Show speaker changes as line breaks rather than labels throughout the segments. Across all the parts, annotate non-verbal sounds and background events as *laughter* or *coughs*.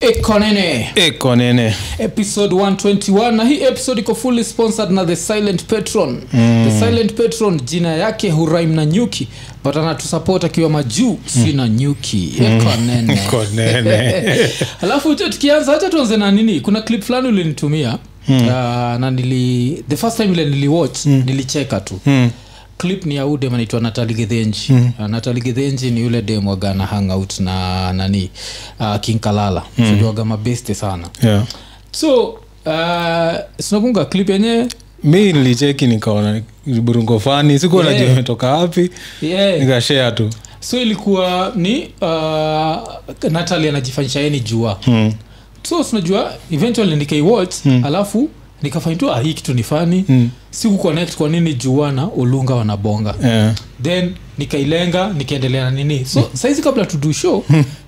ekonene
iko nene
episode 121 na hii episode iko fully sponsored na the silent patron mm. the silent patron jina yake huraim na nyuki but anatusupport akiwa majuu sina nyuki *laughs* ekonene Eh,
iko nene
alafu cho tukianza hacha tuanze na nini kuna clip fulani ulinitumia mm. uh, na nili the first time ile niliwatch mm. nilicheka tu mm clip ni au dem anaitwa natali githenji mm. uh, natali githenji ni yule dem wagana hangout na nani uh, kinkalala mm. sijuaga mabeste sana
*laughs* yeah.
so uh, sinakunga clip yenyewe
mi nilicheki nikaona burungo fani sikuwa
Yeah.
najua imetoka wapi
yeah.
nikashea tu
so ilikuwa ni uh, natali anajifanyisha yeye ni jua
mm.
so sinajua eventually nikaiwatch mm. alafu nikafaintua ah, hii kitu ni fani
Hmm.
mm. sikuconnect kwa nini jua na olunga wanabonga
yeah.
then nikailenga nikaendelea na nini so saizi kabla tudu show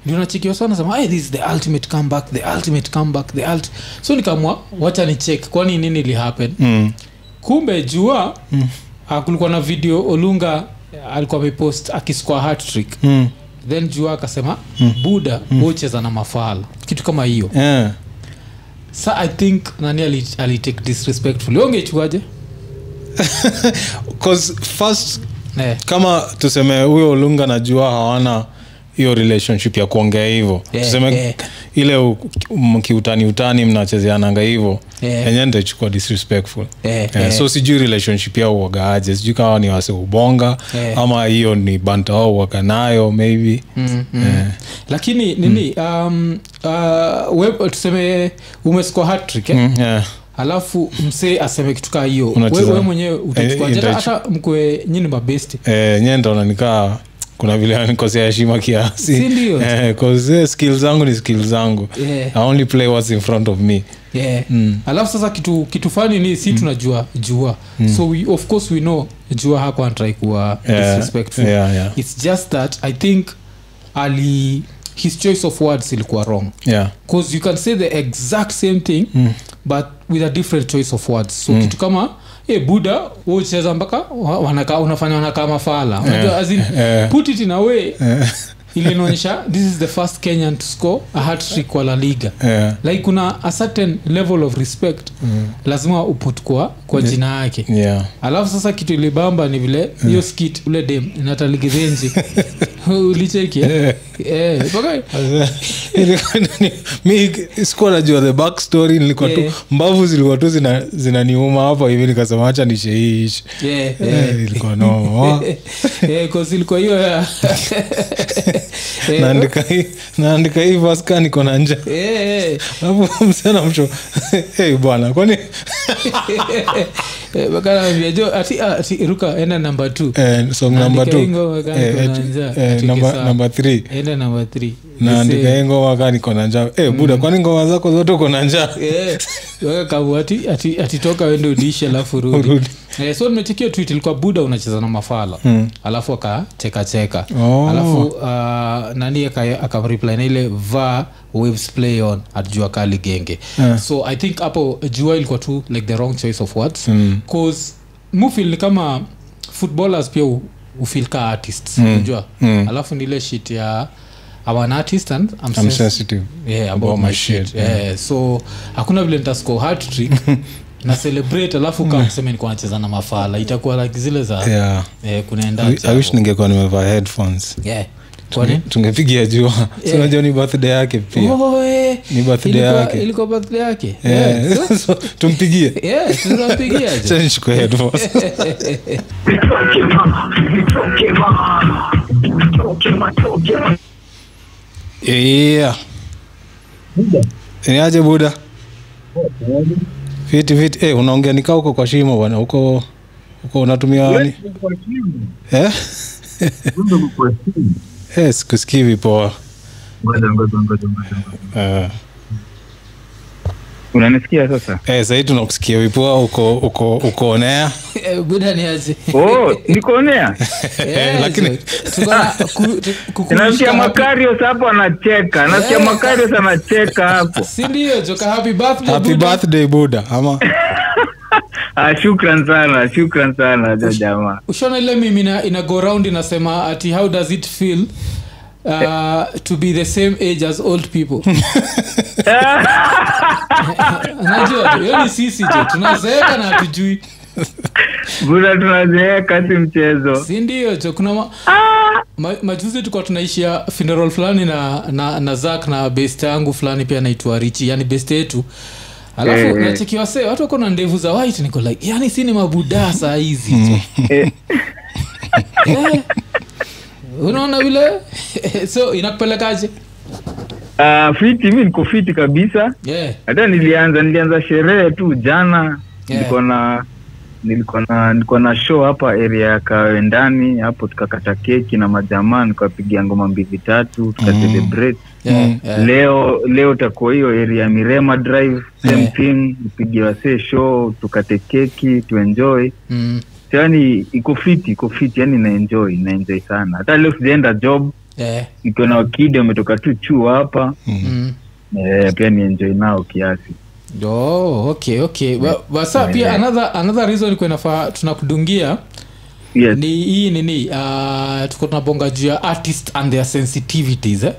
ndio nachekiwa sana sema hey, this is the ultimate comeback the ultimate comeback the ulti so nikaamua wacha ni check kwani nini ilihappen
mm.
kumbe jua
Hmm.
mm. kulikuwa na video olunga ah, alikuwa amepost akisqua hattrick
Mm.
then jua akasema mm.
Hmm.
buda mm. ucheza na mafala kitu kama hiyo
Yeah.
sa i think nani ali- alitake disrespectfully ongechuaje
'Cause first
Eh.
kama tuseme huyo olunga najua hawana hiyo relationship ya kuongea hivyo
Yeah,
tuseme
yeah.
ile u- m- kiutani utani mnachezeananga hivyo
Yeah.
enyewe nitachukua disrespectful
Yeah,
Yeah,
yeah.
so sijui relationship yao uwagaaje sijui kama ni wase ubonga
Yeah.
ama hiyo ni banta wao uwaga nayo maybe
Mm, mm.
Eh.
lakini nini
Hmm.
um, uh, we, tuseme umescoa hattrick eh?
Mm, yeah.
alafu msee aseme kitu kaa hiyo
Unacheza.
wewe mwenyewe
Eh,
utachukuaje
eh,
hata mkwe nyini mabesti
Eh, nye ndaona nikaa kuna vile anikosea heshima kiasi
Si ndio?
*laughs* Eh, 'cause, eh, skill zangu ni skill zangu
Yeah.
i only play what's in front of me
yeah.
Mm.
alafu sasa kitu kitu fani ni si tunajua jua so we, of course we know jua hako antrai kuwa
Mm. Yeah,
disrespectful
yeah, yeah.
its just that i think ali his choice of words ilikuwa wrong
yeah.
because you can say the exact same thing mm. but with a different choice of words so mm. kitu kama e buda ucheza mpaka wa- wanaka, unafanya wanakaa mafala unajua as in,
*laughs* yeah.
put it in a way ilinaonyesha this is the first kenyan to score a hattrick wa la
*laughs*
liga
Yeah.
like kuna a certain level of respect mm. lazima uput kwa, kwa jina yake
Yeah.
alafu sasa kitu ilibamba ni vile hiyo skit ule dem nataligizenji *laughs* ulicheki eh? Eh, mpaka-
*laughs* Ilikuwa ni- mi sikuwa najua the back story nilikuwa tu
Yeah.
mbavu zilikuwa tu zina- zinaniuma hapa hivi nikasema hacha nishehiishi
yeah, yeah. *laughs*
ilikuwa noma
Eh, 'cause ilikuwa hiyo
*laughs*
ya- Eh,
naandika hii- naandika hii vaska niko na nja
eh, eh,
alafu msana mcho *laughs* hey, bwana kwani *laughs*
eh, baka ananiambia, "Jo, ati- ah, ati ruka enda namba t
eh, song Eh, namba
Naandika hii ngoma kama niko na njaa, atuke sawa.
namba th
enda namba t
naandika hii ngoma kaa niko na njaa hey, buda
Mm.
kwani ngoma zako zote uko na njaa
eh, ati ati- atitoka wende udishi alafu rudi
Urudi.
eh, so nimechekia twit ilikuwa buda unacheza na mafala alafu akachekacheka
Oh.
alafu uh, nani aka- akamreply na ile va waves play on at jua kali genge so i think hapo jua ilikuwa tu like the wrong choice of words mm. cause mufil ni kama footballers pia u- ufeel ka artists unajua alafu ni ile shit ya I'm an artist and Hmm. I'm,
I'm
sens-
sensitive
yeah, about my shit. Yeah, Eh, so hakuna vile nitasco
*laughs*
hattrick na celebrate alafu kama kuseme nikuwa nacheza na mafala itakuwa like zile za
yeah.
eh,
I- I wish
kunaendakwani
ningekuwa nimevaa headphones
Eh?
Eh, tungepigia *laughs* jua Si unajua ni birthday yake pia
Oh,
Ni birthday yake.
eh. ilikuwa birthday yake
Eh,
Yeah, so-
*laughs* so,
*laughs*
tumpigie
yeah, tunampigia
*laughs*
je.
Acha nishukue headphones. Yeah. Ni aje buda fiti fiti eh, unaongea nikaa huko kwa shimo bwana huko huko unatumia nani eh? eh, sikusikii vipoa Eh.
unanisikia sasa
eh, sahii tunakusikia vipoa uko uko ukoonea
Eh, buda ni
*laughs*
aje.
oh, nikuonea
Yeah,
lakini-
so, tuko na- ku- tu- kukumbushika
nasikia
happy-
makarios hapo anacheka nasikia makarios anacheka
*laughs*
hapo
si ndio joka happy birthday
happy
Buddha.
birthday buda ama
ah, shukran sana shukran sana ja jamaa
ushaona ile mimi ina, ina go round inasema ati how does it feel uh, to be the same age as old people najua tu, hiyo ni sisi je tunazeeka na hatujui
bula tunazeeka si
*laughs*
mchezo
si ndio jo kuna ma, ma, majuzi tulikuwa tunaishia funeral fulani na, na, na zak na beste yangu fulani pia anaitwa richi yani beste yetu alafu
Eh, eh.
hey, nachekiwasee watu wako na ndevu za white niko like yani si ni mabudaa saa
*laughs*
hizi jo
Eh,
Eh, unaona vile *laughs* so inakupelekaje
ah, fiti mi niko fiti kabisa
yeah.
hata nilianza nilianza sherehe tu jana
Yeah.
nilikuwa na nilikuwa na nilikuwa na show hapa area ya kawendani hapo tukakata keki na majamaa nikawapigia ngoma mbili tatu tukacelebrate
Yeah,
Mm.
yeah.
leo leo takuwa hiyo area ya mirema drive same
Yeah.
thing nipigie wasee show tukate keki tuenjoy
Mm.
So, yaani iko fiti iko fiti Yaani, yani naenjoy naenjoy sana hata leo sijaenda job
Yeah.
nikiwa na wakidi wametoka tu chuo hapa
Mm.
eh, pia nienjoy nao kiasi
Oh, okay okay Ba- basa pia another, another reason kwa inafaa tunakudungia
yes.
ni hii nini uh, tuko tunabonga juu ya artist and their sensitivities eh?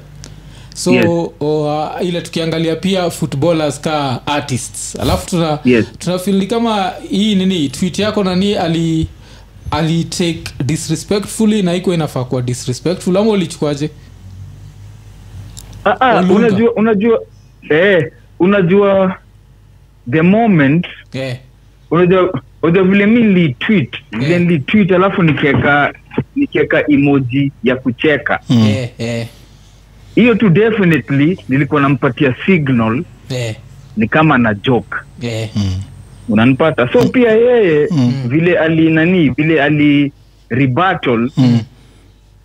so
Yes.
uh, ile tukiangalia pia footballers ka artists alafu tuna
Yes.
tunafili kama hii nini tweet yako nani ali ali take disrespectfully na iko inafaa kuwa disrespectful ama ulichukuaje
Ah, ah,
Olunga.
unajua unajua eh, unajua the moment
yeah.
unajua unajua vile mi nilitweet vile nilitweet alafu nikiweka nikiweka emoji ya kucheka
Yeah, yeah,
hiyo tu definitely nilikuwa nampatia signal
yeah,
ni kama na joke
yeah.
unanipata so pia yeye vile ali nani vile ali rebattle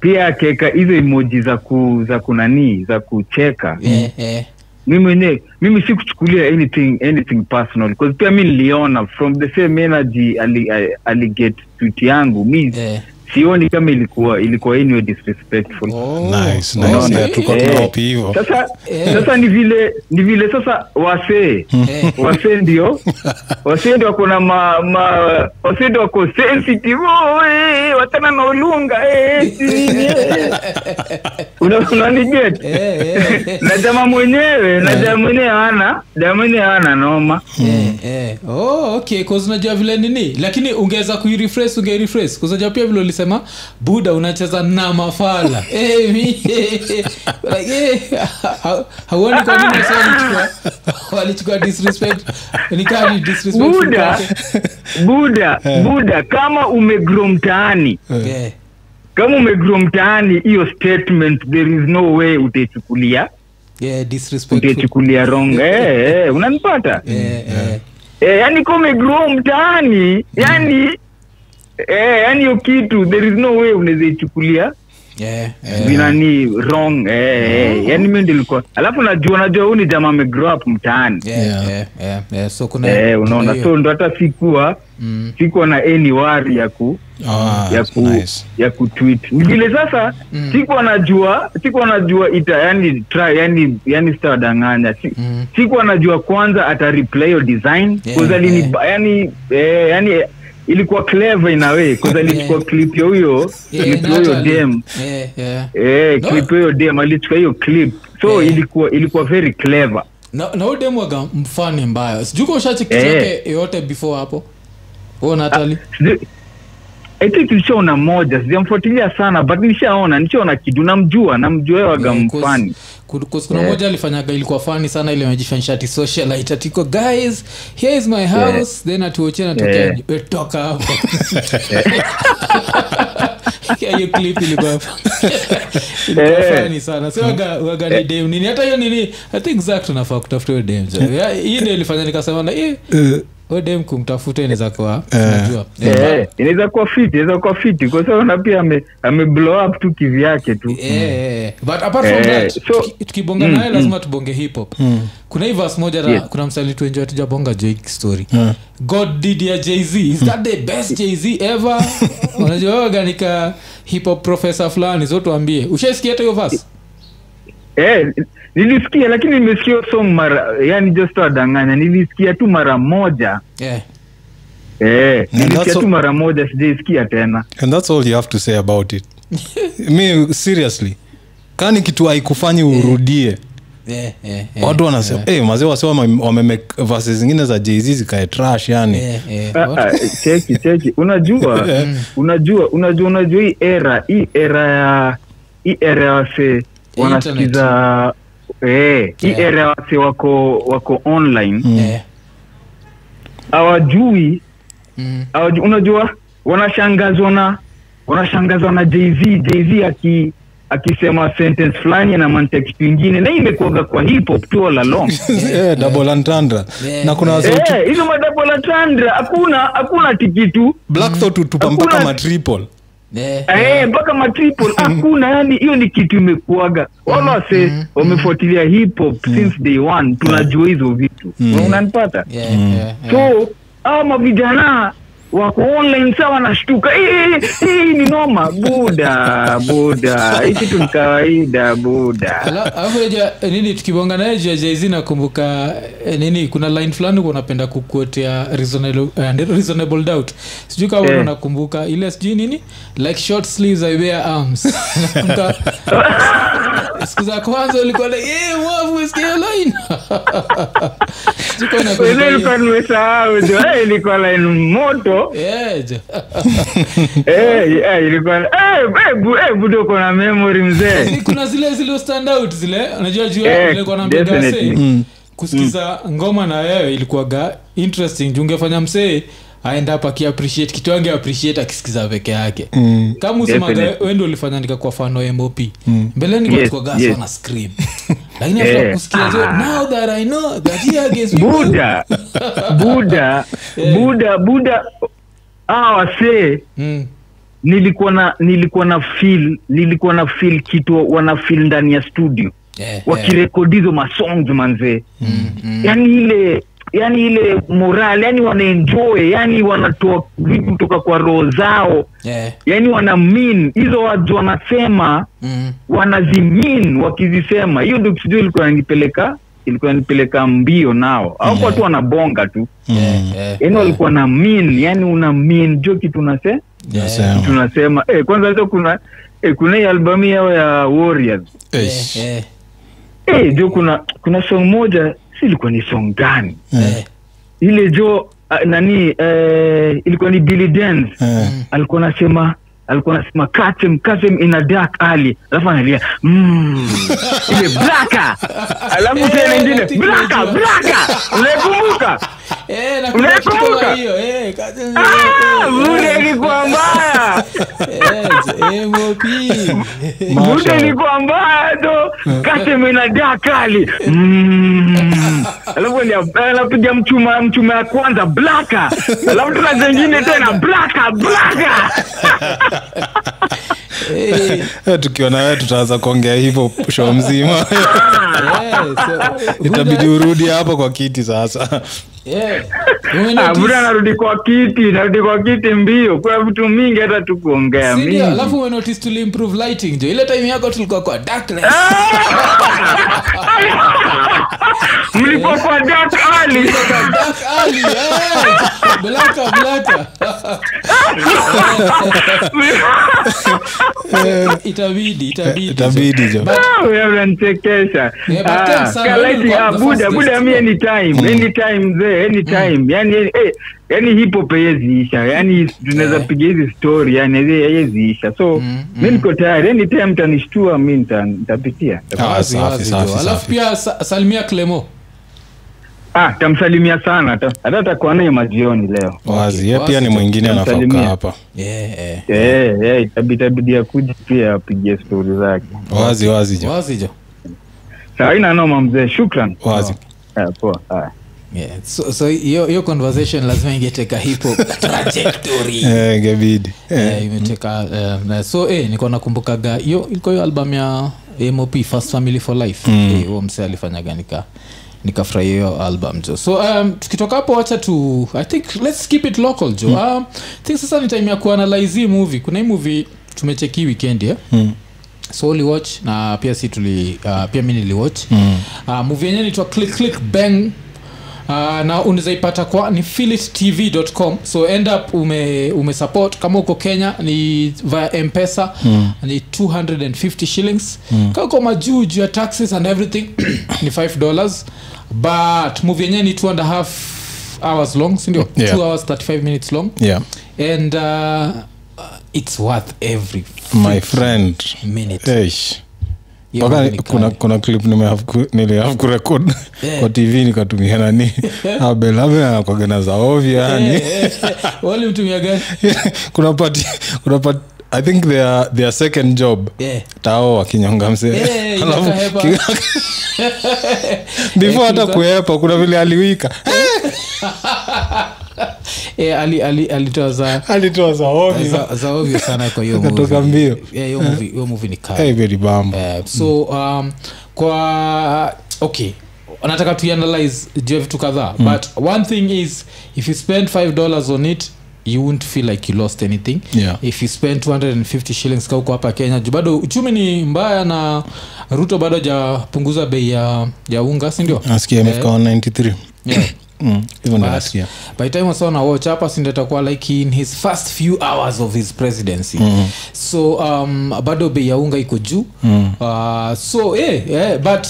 pia akaweka hizo emoji za ku za kunanii za kucheka
Yeah, yeah.
mi mwenyewe mimi si kuchukulia anything anything personal 'cause pia mi niliona from the same energy ali, ali, get tweet yangu mi
Eh.
sioni kama ilikuwa ilikuwa anyway disrespectful
Oh.
Nice,
Oh,
nice.
see?
Yeah, tuko
Eh.
tunaopi hivo
sasa
Eh.
sasa ni vile ni vile sasa wasee
Hmm.
Eh.
wasee
*laughs*
ndio wasee ndio wako na ma, ma wasee ndio wako sensitive oh, eh, watana na ulunga eh, si nini, eh.
*laughs*
Una- unaniget
Eh, eh, eh.
na jamaa mwenyewe na jamaa mwenyewe ana jamaa mwenyewe ana noma
Eh, eh. Oh, okay cause unajua vile nini lakini ungeweza kuirefres ungeirefres unajua pia vile ulisema buda unacheza na mafala *laughs* Eh, mi- like, eh, ha- ha- hauoni kwa nini wasi walichukua walichukua disrespect ni kama ni disrespect
buda *laughs* buda
Eh.
buda kama umegro mtaani
yeah.
kama umegro mtaani hiyo statement there is no way utaichukulia
yeah, disrespect
utaichukulia
*laughs*
wrong eh, eh, unanipata
eh, eh.
eh, yani kama umegro mtaani yani
Mm.
eh, yani hiyo kitu there is no way unaweza ichukulia
Yeah, yeah.
vinani wrong eh, eh, yani mi ndilikuwa alafu najua najua huu ni jamaa amegrow up mtaani
Yeah,
Yeah.
yeah, yeah, yeah. so kuna
eh, unaona
kuna
so
hiyo.
ndo hata sikuwa
Mm.
sikuwa na any wari ya ku
Ah,
ya ku
nice.
ya kutweet Ni vile sasa
Mm.
sikuwa najua sikuwa najua ita yani try yani yani sitawadanganya si,
Mm.
sikuwa najua kwanza ata reply hiyo design
Yeah,
yeah, alini
yeah.
yani eh, yani eh, ilikuwa clever in a
*laughs*
way cause alichukua clip ya huyo
Yeah,
clip ya huyo
naturally.
dem
Yeah, Eh, yeah.
eh
No. Eh.
clip ya huyo dem alichukua hiyo clip so
Yeah.
ilikuwa ilikuwa very clever
na na huyu demu waga mfani mbaya sijuka ushachekisha
Eh. Ah,
yake yote before hapo huo natali
Sijui- I think nishaona moja sijamfuatilia sana but nishaona nishaona kitu namjua namjua yeye waga
Eh,
mfani Eh.
kuna moja alifanyaga ilikuwa fani sana ile amejifanyisha ati socialite atiko guys here is
Eh.
my house then atuochia natokea
Yeah.
nje." We, eh, toka hapo
*laughs*
*laughs* Yeah, hiyo clip ilikuwa *laughs* ilikuwa
Eh.
funny sana si waga waga ni dem nini hata hiyo nini i think zak tunafaa kutafuta hiyo dem
Eh.
jo. Yeah, hii ndio ilifanya nikasema na eh,
Eh,
huyo dem kumtafuta inaweza kuwa
Eh.
najua
Eh, inaweza kuwa fiti inaweza kuwa fiti kwa sababu na pia ame, ame blow up tu kivyake tu
Eh, but apart from
Eh,
that
so- Mm,
tuki- tukibonga naye lazima tubonge hip hop kuna hii verse moja na kuna msali tuenjoy tujabonga jake story
Ah.
god did ya jz is that the
*laughs*
best jz ever unajua wewe ganika hip hop professor fulani so tuambie ushaisikia hata hiyo verse
eh, nilisikia lakini nimesikia hiyo song mara yani just wadanganya nilisikia tu mara moja
yeah
eh,
Na
nilisikia
that's
tu
all-
mara moja sijaisikia tena
*laughs*
and that's all you have to say about it me seriously kani kitu haikufanyi
Eh.
urudie
yeah, yeah, yeah,
watu wanasema
Eh.
yeah. hey, mazee wase wame- wamemek vasi zingine za jz zikae trash yani yeah.
yeah, yeah.
Ah, ah, cheki cheki
*laughs*
unajua unajua unajua unajua hii era hii era ya hii era ya wase wanasikiza eh, hii
Yeah. Mm.
era ya wase wako wako online
Yeah.
hawajui
Mm.
hawajui- unajua wanashangazwa na wanashangazwa na jz jz aki akisema sentence fulani na mantext ingine na hii imekuaga kwa hip hop tu
*laughs*
all along
*laughs* Eh, double entendre
Yeah,
na kuna wase
Eh, hizo madabola tandra hakuna hakuna tikitu
black thought utupa mpaka
Mm. Hakuna-
matriple
Yeah.
Eh,
*laughs*
mpaka matriple hakuna yani hiyo ni kitu imekuaga wala
Mm-hmm.
wase wamefuatilia hip hop since day one tunajua hizo vitu unanipata
Mm-hmm. Yeah, yeah, yeah.
so hawa mavijana wako online saa wanashtuka "Eh, eh, eh, ni noma buda buda hii kitu ni kawaida buda
Ala- alafu unajua, eh, nini tukibonga naye juu ya jz nakumbuka eh, nini kuna line fulani huwa unapenda kukuotea reasonable, eh, reasonable doubt sijui kama
Eh.
unakumbuka ile sijui nini like short sleeves I wear
*laughs*
arms Nakumbuka, siku za kwanza ulikuwa like, "Eh, wavu, umesikia hiyo line *laughs* Sijui kama unakumbuka
Wazee
hiyo.
ilikuwa nimesahau jo Eh, ilikuwa line moto
Yeah, jo.
Eh, eh, ilikuwa eh, eh, bu- eh, buda uko na memory mzee
Ni kuna zile zilio stand out zile unajua juu
Eh,
ile kwa nambia
definitely. Mm.
gase kusikiza ngoma na wewe ilikuwaga interesting juu ungefanya msee aenda hapa akiappreciate kitu ange appreciate akisikiza peke yake mm. kama usemaga
Definitely.
wendo ulifanya nikakua fano mop mm. mbeleni
Yes,
kulikuwaga
yes.
sana *laughs* scream lakini
Eh,
after kusikia zo,
ah.
now that i know that he against me
buda buda buda buda ah, wasee
mm.
nilikuwa na nilikuwa na feel nilikuwa na feel kitu wana feel ndani ya studio
yeah, yeah.
wakirekodi hizo masongs manzee
Mm, mm.
yani ile yani ile moral yani wanaenjoy yani wanatoa vitu kutoka kwa roho zao
yeah.
yani wana mean hizo words wanasema
Mm.
wanazimin wakizisema hiyo ndio sijui ilikuwa nipeleka ilikuwa nipeleka mbio nao au kwa tu wanabonga tu
Yeah, yeah,
yani walikuwa na min yani una min jo kitu unase
Eh.
Nasema.
kitu unasema eh, kwanza hata kuna eh, kuna hii albamu yao ya warriors
yeah,
Eish.
yeah,
eh, jo kuna kuna song moja si ilikuwa ni song gani
yeah.
ile jo ah, nani eh, ilikuwa ni Billy Dance
Eh.
alikuwa anasema alikuwa anasema kasem kasem in a dark alley alafu analia mm, ile blaka alafu
Eh,
tena
I
ingine
think
blaka
najua.
blaka unaikumbuka
Eh, nakumbuka kitu kama
Unakumbuka?
hiyo, eh, kazi-
Ah,
eh,
muda ilikuwa mbaya
Yes, MOP.
muda
Mashallah.
ilikuwa mbaya to kasem in a dark alley mm, alafu alia- anapiga mchuma mchuma ya kwanza blaka alafu tena zengine tena blaka blaka
Eh,
Eh, tukiwa na wewe tutaanza kuongea hivyo
*laughs*
show mzima
yes, eh,
itabidi urudi hapo kwa kiti sasa
eh, umeona
Ah,
tu-
buda narudi kwa kiti narudi kwa kiti mbio kuna vitu mingi hata tukuongea
si ndio,
mingi
alafu umenotice tuliimprove lighting jo ile time yako tulikuwa kwa darkness
mlikuwa kwa dark alley
Kwa dark alley, eh, blaka blaka Eh, itabidi itabidi
itabidi jo
Ah, Wewe unanichekesha
Eh, but
Ah,
thanks sana, wewe
kalati-
ndio
ah,
the
buda
fastest.
buda mi anytime anytime mzee
Mm.
anytime yani eh, yani hip hop haiweziisha yani tunaweza
Eh.
piga hizi story yani haiweziisha so
Mm,
mi niko tayari anytime tanishtua mi nita- nitapitia
Ah,
Eh, Wazi,
safi,
wazi,
safi,
jo. alafu
safi.
pia sa- salimia clemo
ah tamsalimia sana ta- hata takuwa naye majioni leo
wazi ye pia ni
Wazi,
mwingine anafaa
tutamsalimia.
kukaa hapa
Yeah, eh.
Eh, eh, itabidi itabidi akuja pia apigie stori zake
wazi wazi jo
wazi jo
sawa haina noma mzee shukran
wazi
Eh, poa haya.
Yeah, so so hiyo hiyo conversation lazima ingeteka hipo trajectory
Eh, ingebidi Eh,
Eh, imeteka eh, na- so eh, nilikuwa nakumbukaga hiyo ilikuwa hiyo album ya mop first family for life Eh, huo msee alifanyaga nika nikafurahia hiyo album jo so um, tukitoka hapo wacha tu i think let's keep it local jo um, I think sasa ni time ya kuanalyze hii movie kuna hii movie tumecheki hii weekend eh? so uliwatch na pia si tuli uh, pia mi niliwatch mm. uh, muvi yenyewe naitwa click click bang uh, na unazaipata kwa ni philittv.com so end up ume, ume support kama uko kenya ni via mpesa mm. ni 250 shillings mm. kako majuu juu ya taxes and everything *coughs* ni 5 dollars but movie yenyewe ni 2 and a half hours long sindio
Yeah.
2 hours 35 minutes long
yeah
and uh, it's worth every
my friend
minute
Eish.
Hiyo
Mpaka
movie ni
kuna,
kali.
kuna clip nilihafu kurekod
Yeah.
kwa tv
*laughs*
nikatumia nani abelabe anakwaga na za ovyo *laughs* yani
*laughs* walimtumia gani
*laughs* kuna pati kuna pat i think their, their second job
Yeah.
tao wakinyonga msee
Eh,
*laughs* Alafu
inahepa.
ki- before hata
Kuka.
kuhepa kuna vile aliwika *laughs*
Eh, ali- ali- alitoa za
alitoa za ovyo
za, za ovyo sana kwa hiyo movie.
Akatoka mbio.
Yeah, hiyo movie- hiyo movie ni kali
Hey, very bamba
Eh, so um, kwa okay nataka tuanalyze juu ya vitu kadhaa
Hmm.
mm. but one thing is if you spend 5 dollars on it you won't feel like you lost anything
Yeah.
if you spend 250 shillings kauko hapa kenya juu bado uchumi ni mbaya na ruto bado hajapunguza bei ya, ya unga sindio
nasikia imefika 193
yeah
Mm, hivyo ndo
But
nasikia
by time wasaona watch hapa sindatakuwa like in his first few hours of his presidency mm. so um, bado bei ya unga iko juu mm. uh, so eh, eh, but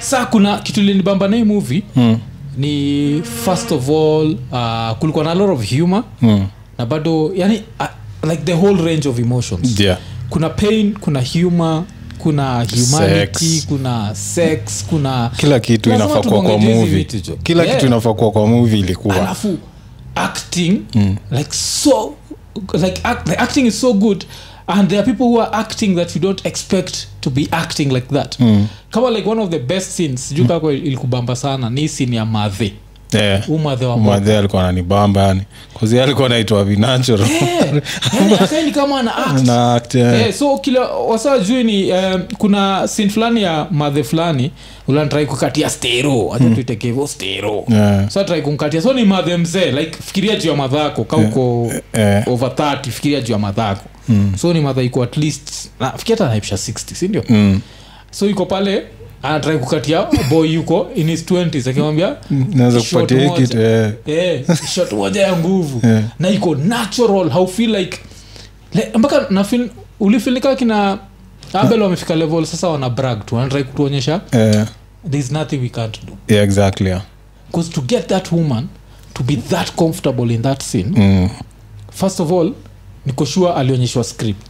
saa kuna kitu linibamba naye movie mm. ni first of all uh, kulikuwa na a lot of humor mm. na bado yani uh, like the whole range of emotions
yeah.
kuna pain kuna humor kuna humanity
Sex.
kuna sex kuna
kila kitu
Lazima
inafaa kuwa kwa
tubongeje hizi
movie
vitu, Joe.
kila
Yeah
kitu inafaa kuwa kwa movie ilikuwa
alafu acting like so like act, the acting is so good and there are people who are acting that you don't expect to be acting like that kama like one of the best scenes juu kako ilikubamba sana ni sin ya madhe
yeah.
umadhe wa mwaka
madhe alikuwa ananibamba yani kazi alikuwa anaitwa vinachoro
Eh, yaani akaeni kama ana act
*laughs* na act
Eh, so kila wasaa juu ni um, kuna sin fulani ya madhe fulani ulanitrai kukatia stero acha tuiteke hivo stero
Mm. Yeah.
so trai kumkatia so ni madhe mzee like fikiria juu ya madhako kauko
Eh, Mm. eh.
over 30 fikiria juu ya madhako so ni madha iko at least na fikiria hata naipsha 60 sindio
Mm.
so iko pale anatrai kukatia boy yuko in his 20s akimwambia
naweza
shot
Mm, kupatia hii
moja.
kitu eh.
Eh, shot moja ya nguvu
*laughs* Yeah.
na iko natural haufeel like, like mpaka nafil ulifilika kina abel wamefika level sasa wana brag tu wanatrai kutuonyesha
Eh,
thereis nothing we can't do
yeah, exactly yeah.
because to get that woman to be that comfortable in that scene
Mm.
first of all nikoshua alionyeshwa script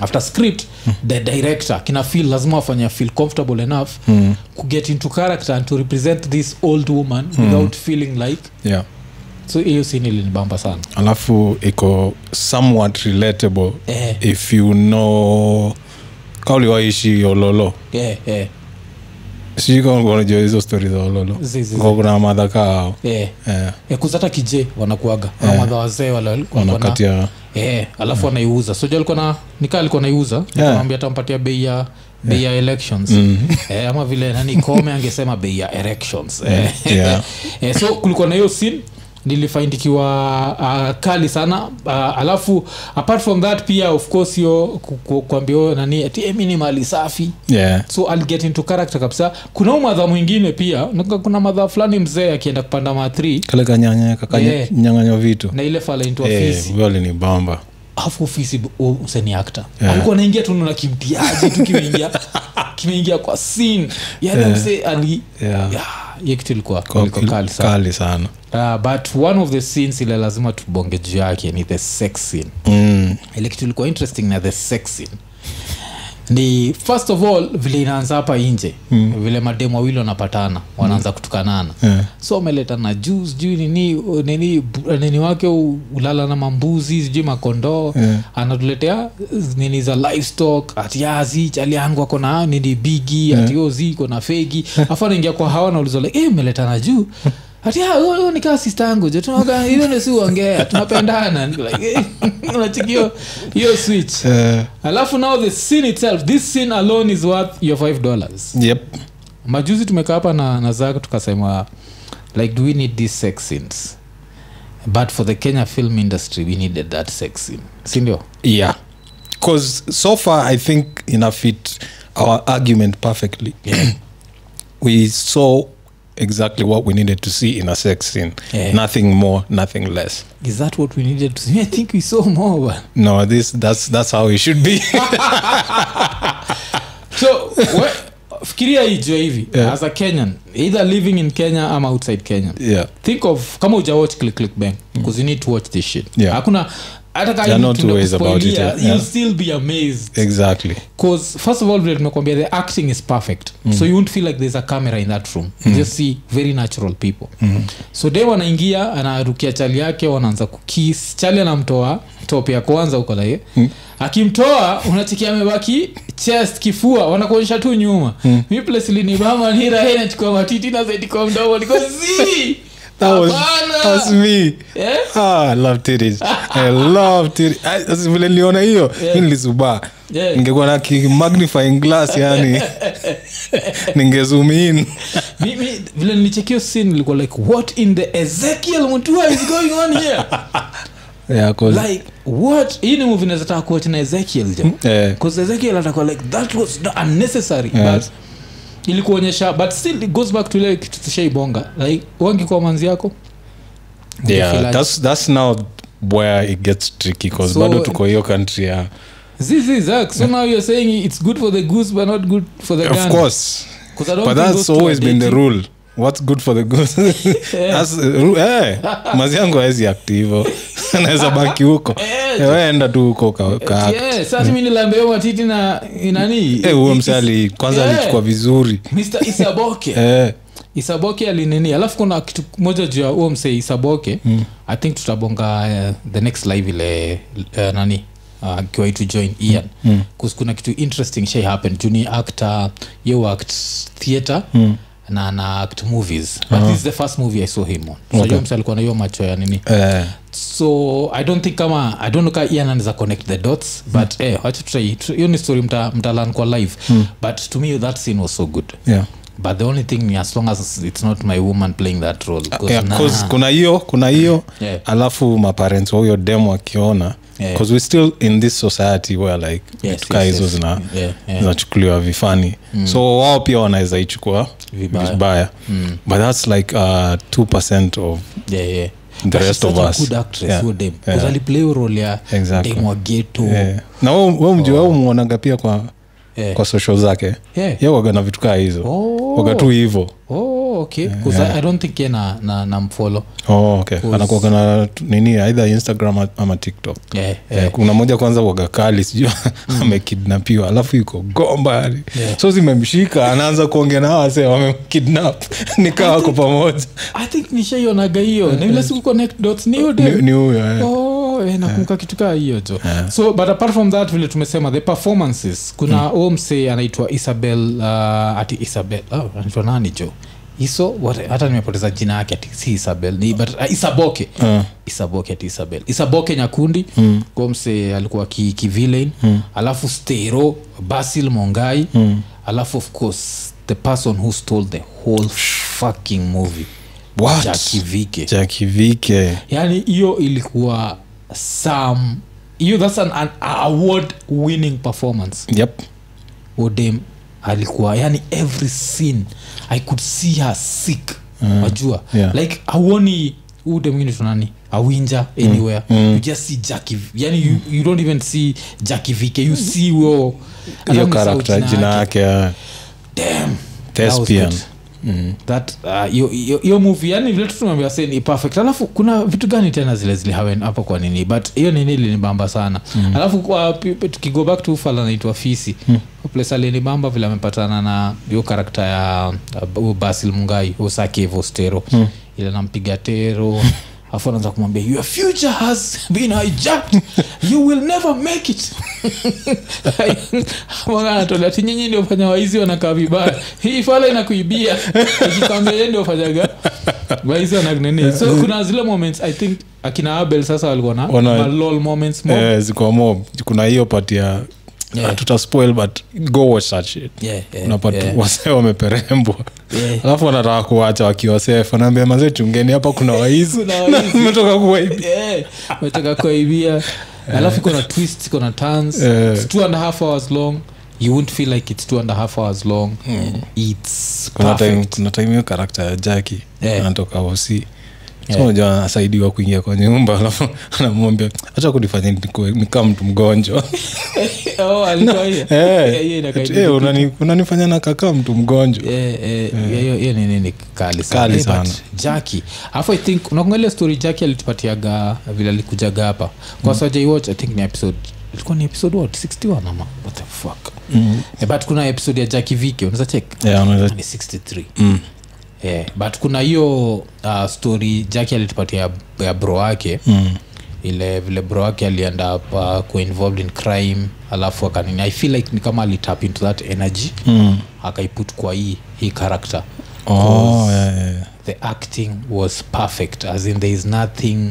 after script the director kina feel lazima wafanya feel comfortable enough mm. kuget into character and to represent this old woman without feeling like
yeah
so hiyo scene ilinibamba sana
alafu iko somewhat relatable
Eh.
if you know kauliwaishi ololo
eh, eh,
sijui kama ulikuwa unajua hizo stori za ololo
Zi, zi, zi.
Kwa kuna madhaka ao
eh.
eh,
Eh, kuzata kije wanakuaga yeah. madha wazee wale walikuwa na-
wanakatia
eh, alafu anaiuza soja alikuwa na nikaa alikuwa anaiuza
Mm. Yeah. Mm.
nikamwambia atampatia bei ya bei ya elections eh, ama vile nani kome angesema bei ya erections eh.
Yeah.
*laughs* eh, so kulikuwa na hiyo sin nilifaindikiwa uh, kali sana uh, alafu apart from that pia of course hiyo ku- ku- kuambia huyo nani ati "Eh, mi ni mali safi
yeah.
so I'll get into character kabisa kuna huu madha mwingine pia nakumbuka kuna madha fulani mzee akienda kupanda mathri
kale kanyanya
Eh.
kakanyanganya vitu
na ile fala into
Eh,
ofisi
huyo alinibamba
afu ofisi useni akta
Eh.
alikuwa anaingia tu naona kimtiaji tu kimeingia *laughs* kimeingia kwa sin yani mzee ali
Eh. Yeah.
Yeah, hiyo kitu ilikuwa
Kwa-
ilikuwa kali sana
kali sana
uh, but one of the scenes ile lazima tubonge juu yake ni the sex scene
mm.
ile kitu ilikuwa interesting na the sex scene ni first of all vile inaanza hapa nje mm. vile mademu wawili wanapatana wanaanza mm. kutukanana
Yeah.
so wameletana juu sijui nini nini bu- nini wake u- ulala na mambuzi sijui makondoo
Yeah.
anatuletea z- nini za livestock ati yazi chali yangu ako na nini bigi yeah. ati ozi iko na fegi afu anaingia kwa hawa nauliza like eh mmeletana juu ati "Ah, huyo- huyo ni kaa sista yangu jo tunaoga hiyo ndio si uongea tunapendana Niko like eh, *laughs* unacheki hiyo- hiyo switch
eh,
alafu now the scene itself this scene alone is worth your five dollars
yep
majuzi tumekaa hapa na, na zaka tukasema like do we need these sex scenes but for the kenya film industry we needed that sex scene sindio
yeah because so far i think *clears throat* ina fit our argument perfectly we saw exactly what we needed to see in a sex scene
Yeah.
nothing more nothing less
is that what we needed to see i think we saw more but
no this that's that's how it should
*laughs*
be *laughs*
so we, fikiria ijue hivi yeah. as a kenyan either living in kenya ama outside kenya
yeah
think of kama ujawatch click click bang because you need to watch this shit
Yeah.
hakuna hata
There are
kama
no two ways about it,
tunakuspoilia
yeah.
you'll
Yeah.
still be amazed
exactly
because first of all vile tumekwambia the acting is perfect so
Mm.
you won't feel like there's a camera in that room you just see very natural people
Mm.
so de wanaingia anarukia chali yake wanaanza kukis chali anamtoa top ya kwanza huko naye
Mm.
akimtoa unachikia amebaki chest kifua wanakuonyesha tu nyuma mm. mipleslinibamanira nirahe nachukua matiti na zaidi kwa mdomo niko zi
*laughs* that was
Hapana!
that was me
Eh?
ah, I love titties. I love titties. I- sasa vile niliona hiyo
Eh.
mi nilisuba
Yeah.
ningekuwa na ki- magnifying
*laughs*
glass yani ningezoom in
mimi vile nilichekio sin ilikuwa like what in the ezekiel mutua is going on here
*laughs* yeah, 'cause-
Mm. like what hii ni movie inaweza taka kuwacha na ezekiel ja
eh,
because ezekiel atakuwa like that was not unnecessary
Yes.
but ilikuonyesha but still it goes back to ile kitu tushaibonga like wangekuwa manzi yako
yeah,
Ungefeel
that's, that's now where it gets tricky 'cause
So-
bado tuko hiyo country ya
zizi zak so now you're saying it's good for the goose but not good for the
of course but that's always been the rule what's good for the
*laughs*
good that's uh, ru- eh mazi yangu hawezi act hivyo *laughs* anaweza baki huko
*laughs* Eh.
Eh, wewe enda tu huko ka, ka
sasiminilambeyo matiti na nani
Eh, huyo msali kwanza
Eh.
alichukua vizuri
mr isaboke
*laughs* Eh,
isaboke alinini alafu kuna kitu moja juu ya huo msee isaboke mm. i think tutabonga uh, the next live ile uh, nani uh, akiwahi to join ian mm. kuna kitu interesting shai happen juu ni actor yo act theatre mm na na act movies but this is the first movie i saw him on so okay. mse alikuwa na hiyo macho ya nini
eh,
so i don't think kama i don't know ka ian anaweza connect the dots but eh wacha tutai tu- hiyo ni story mta mtalan kwa live but to me that scene was so good
yeah.
but the only thing as long as it's not my woman playing that role because
Uh, Yeah,
nah.
'cause kuna hiyo kuna hiyo
Yeah.
alafu maparents wa huyo demo akiona
Yeah.
'cause we still in this society where like
Yes,
vitu kaa
yes,
hizo
yes.
zina-
Yeah, yeah. Mm.
zinachukuliwa vifani so wao pia wanaweza ichukua
Vibaya. Mm.
vibaya but that's like uh, 2 of
yeah, yeah.
The
But she's
rest of
such a
us.
good actress
Yeah.
huyo dem
Yeah.
'Cause aliplay hiyo role ya
Exactly.
dem wa ghetto
eh. na we mjua we muonaga pia kwa,
Oh. Yeah.
kwa social zake
Yeah.
Ye waga na vitu kaa hizo
Oh.
waga tu hivo
oh okay 'Cause I, i don't think ye na, na, na mfollow
oh, okay. anakuwaga na t- nini aidha instagram a- ama tiktok
yeah,
Eh,
yeah. Mm.
kuna moja kwanza waga kali *laughs* sijua amekidnapiwa alafu yuko gomba yani
Yeah.
so zimemshika anaanza kuongea na wase wamemkidnap *laughs* nikaa wako pamoja
i think nishaionaga hiyo na ile siku connect dots ni hiyo
Uh, ni,
dem
ni huyo eh.
Oh, eh, nakumbuka kitu kaa hiyo jo so but apart from that vile tumesema the performances kuna mm. mse anaitwa isabel uh, ati isabel oh, anaitwa nani jo iso what- hata nimepoteza jina yake ati si isabel ni, but, uh, isaboke
Ah.
isaboke ati isabel isaboke nyakundi mm. mse alikuwa ki, kivillain mm. alafu stero basil mongai mm. alafu of course the person who stole the whole fucking movie
What?
jakivike
Jackie Vike.
yani hiyo ilikuwa some hiyo that's an, an award winning performance
Yep.
odem alikuwa yani every scene i could see her sick wajua
Mm. yeah.
like auoni ude mwingine tunani awinja
Mm.
anywhere you just see jaki yani you, you don't even see jaki vike you see wo
Mm. hiyo karakta jina yake eh. Thespian.
Mm. uh, hiyo movie yani vile tutumeambia se ni perfect alafu kuna vitu gani tena zile zilihawen hapo kwa nini but hiyo nini ilinibamba sana mm. alafu kwa pi- pi- tukigo back to fala naitwa fisi mm. place alinibamba vile amepatana na hiyo karakta ya uh, basil mungai usake vostero mm. ile nampiga tero afu anaanza kumwambia your future has been hijacked you will never make it Mwanga anatolea ati nyinyi ndio fanya waizi wanakaa vibaya hii fala inakuibia ikikwambia yeye ndio fanyaga waizi wanakunini so kuna zile moments i think akina abel sasa walikuwa na
Wana-
malol moments more
Eh, ziko mob kuna hiyo pati ya
Yeah.
tutaspoil but go watch that shit
Yeah, yeah,
unapata
yeah.
wasee wameperembwa
Yeah.
alafu wanataka kuwacha wakiwa safe wanaambia mazee chungeni
*laughs*
hapa kuna waizi
Kuna waizi.
Na *laughs* mmetoka kuwaibi
Eh, umetoka kuaibia alafu iko na twist iko na tans
Eh.
two and a half hours long you won't feel like it's two and a half hours long mm. it's
Hmm. kuna time-
perfect.
kuna time hiyo karakta ya jaki
Eh.
anatoka hosi so unajua anasaidiwa kuingia kwa nyumba alafu *laughs* anamwambia hacha kunifanya nikue- nikaa
*laughs*
mtu mgonjwa
Oh, alitoa hiyo.
*laughs* Eh,
Eh, hiyo
ati,
inakaidia
eh,
kitu.
unani- unanifanya nakakaa mtu mgonjwa
Eh, eh, hiyo hiyo ni nini kali sana,
Kali
Eh, but
sana.
jaki alafu i think unakungalia story jaki alitupatiaga vile alikujaga hapa
Hmm.
kwa mm. saja watch i think ni episode ilikuwa ni episode what 61 ama what the fuck
Hmm.
mm. eh, but kuna episode ya jaki viki unaweza check
Yeah, unaweza-
ni 63 mm. yeah, but kuna hiyo uh, story jaki alitupatia ya- ya bro wake mm. ile vile bro wake alienda up uh, kuinvolved in crime alafu akanini i feel like ni kama alitap into that energy mm. akaiput kwa hii hii character
Oh, yeah, yeah, yeah.
the acting was perfect as in there is nothing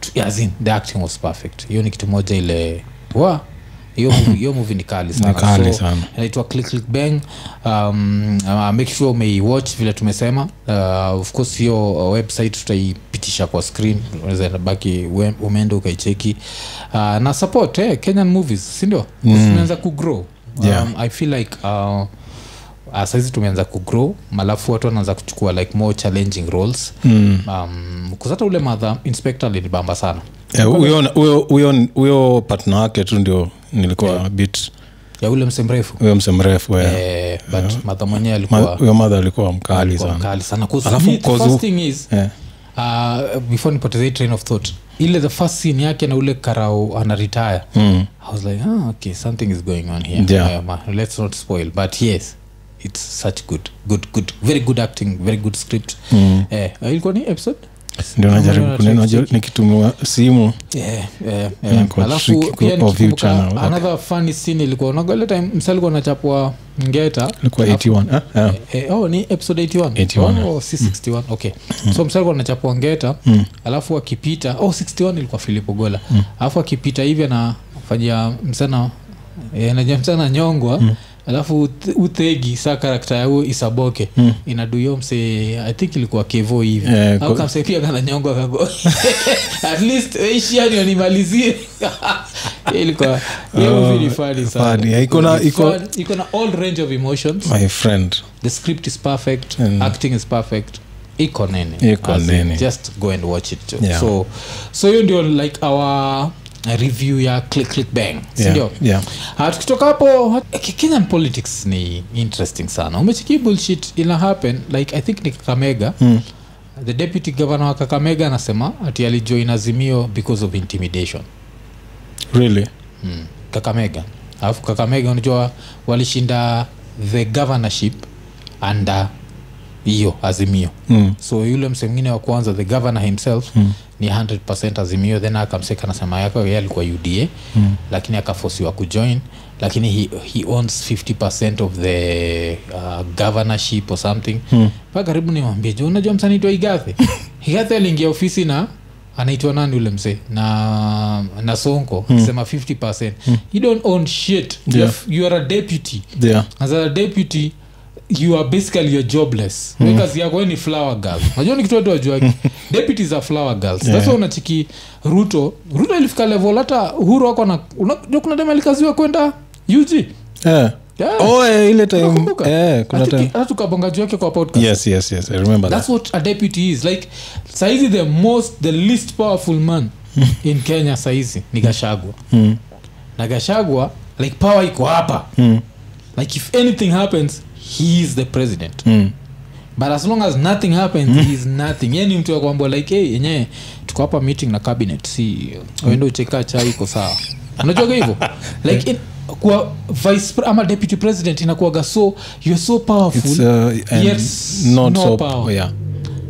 to, as in the acting was perfect hiyo ni kitu moja ile wa *laughs* hiyo movie- hiyo movie ni kali sana
Ni kali
So,
sana.
inaitwa click click bang um, uh, make sure umeiwatch vile tumesema uh, of course hiyo uh, website tutaipitisha kwa screen unaweza baki we- umeenda ukaicheki uh, na support eh, kenyan movies sindio tumeanza kugrow um,
Mm. Yeah.
i feel like uh, uh, saizi tumeanza kugrow malafu watu wanaanza kuchukua like more challenging roles mm. um, kusata ule madha inspector alinibamba sana
Eh, huyo- huyo- huyo- huyo partner wake tu ndio nilikuwa bit
ya ule mse mrefu
huyo mse mrefu eh.
eh, but madha mwenyewe
Ma-
alikuwa
huyo madha alikuwa mkali
alikuwa
sana
mkali sana 'Cause
Alafu
me, the
cause
first
u-
thing is,
Eh.
uh, before nipoteze hii train of thought ile the first scene yake na ule karao anaretire mm. i was like ah, okay something is going on here
Yeah.
Uh, ma- let's not spoil but yes it's such good good good very good acting very good script mm. eh, uh, ilikuwa ni episode
ndio
Kama
najaribu
ndio
kunena
nataka kucheki.
nikitumiwa simu
Yeah, yeah, yeah.
kwa
Alafu
tricky,
pia
kwa view channel,
nikikumbuka
okay.
another funny scene ilikuwa unaga ile time msa alikuwa anachapwa ngeta
ilikuwa
Alafu-
81 ah, ah.
Eh, oh, ni episode 81
81,
oh, si 61 okay
Mm.
so msari kwa nachapua ngeta alafu akipita oh 61 ilikuwa filipo gola
Mm.
alafu akipita hivi anafanyia msana eh, anajia msana nyongwa
Mm.
alafu ut- uthegi saa karakta yao isaboke mm. inaduyo mse i think ilikuwa kevo hivi
Eh,
au
ko-
kamse pia kananyongwa kago *laughs* at least eishiani wanimalizie *laughs* Eh,
*laughs*
ilikuwa hiyo movie ni funny sana.
Oh, funny. Iko na-
Ni
iko-
fun- iko na all range of emotions
my friend
the script is perfect
Mm.
acting is perfect iko nene
Iko
As in,
nene.
just go and watch it
Yeah.
so so hiyo ndio like our review ya click click bang
Yeah,
sindio
yeah.
Ah, tukitoka hapo Ke- kenyan politics ni interesting sana umechiki bullshit ina happen like i think ni kakamega
Hmm.
mm. the deputy governor wa kakamega anasema ati alijoin azimio because of intimidation
really
kakamega alafu kakamega unajua walishinda the governorship under hiyo azimio
Mm.
so yule mse mwingine wa kwanza the governor himself mm. ni 100 azimio then akamseka na sema yako ye alikuwa uda mm. lakini akafosiwa kujoin lakini he, he owns 50 of the uh, governorship or something mm. pa karibu niwambie ju unajua msa naitwa *laughs* igathe igathe aliingia ofisi na anaitwa nani ule mse na na sonko akisema 50 you don't own shit You
Hmm. Yeah.
have- you are a deputy
yeah
as a deputy you are basically you're jobless
Hmm.
mm. kazi yako wewe ni flower girls najua ni kitoto
*laughs*
wajuaki deputies are flower girls yeah. that's unachiki ruto ruto ilifika level hata uhuru wako na unajua kuna dem alikaziwa kwenda ug
eh
Yeah.
oh eh, ile time
Unakumbuka?
eh kuna
Hata-
time
hata tukabonga juu yake kwa podcast
yes yes yes i remember
that's
that
what a deputy is like saizi the most the least powerful man
*laughs*
in kenya saizi ni gashagwa
Hmm.
mm. na gashagwa like power iko hapa
Hmm.
mm. like if anything happens he is the president
Hmm.
mm. but as long as nothing happens mm. he is nothing yani mtu akwambwa like hey, yenyewe tuko hapa meeting na cabinet si uende ucheka chai iko sawa unajuaga
*laughs*
hivyo like in, kwa vice pre- ama deputy president inakuaga so you're so powerful
it's uh, and
yes,
not
no
so
power.
yeah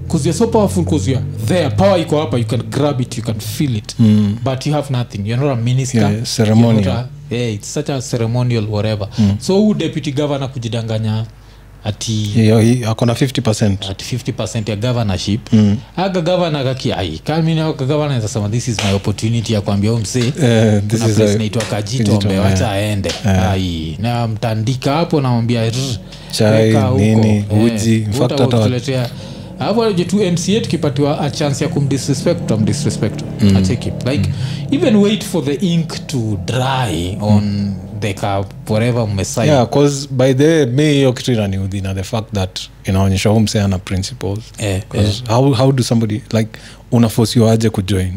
because you're so powerful because you're there power iko hapa you can grab it you can feel it mm. but you have nothing you're not a minister
Hmm. Yeah,
you're
ceremonial. Hmm.
not a, yeah, it's such a ceremonial whatever mm. so huu deputy governor kujidanganya ati
hiyo hii- akona 50
at 50 ya governorship
Hmm.
mm. aga governor kakiai kaminakagavana sema this is my opportunity ya kuambia umsee
eh this
Kuna
is
place
a
inaitwa kajito
Kijito,
ambaye
yeah. Mm.
wacha aende Ai, na mtandika hapo namwambia "Rr,
Chai,
weka huko."
nini,
Eh,
uji, in fact
uta-
hata-
utatuletea. alafu alije tu mca tukipatiwa a chance ya kumdisrespect
Mm.
tamdisrespect acheki like even wait for the ink to dry on theka forever mmesain
Mm. yeah cause by the me hiyo kitu inaniudhi na the fact that inaonyesha huu msee ana principles
Eh,
'Cause how, how do somebody like unafosiwaje kujoin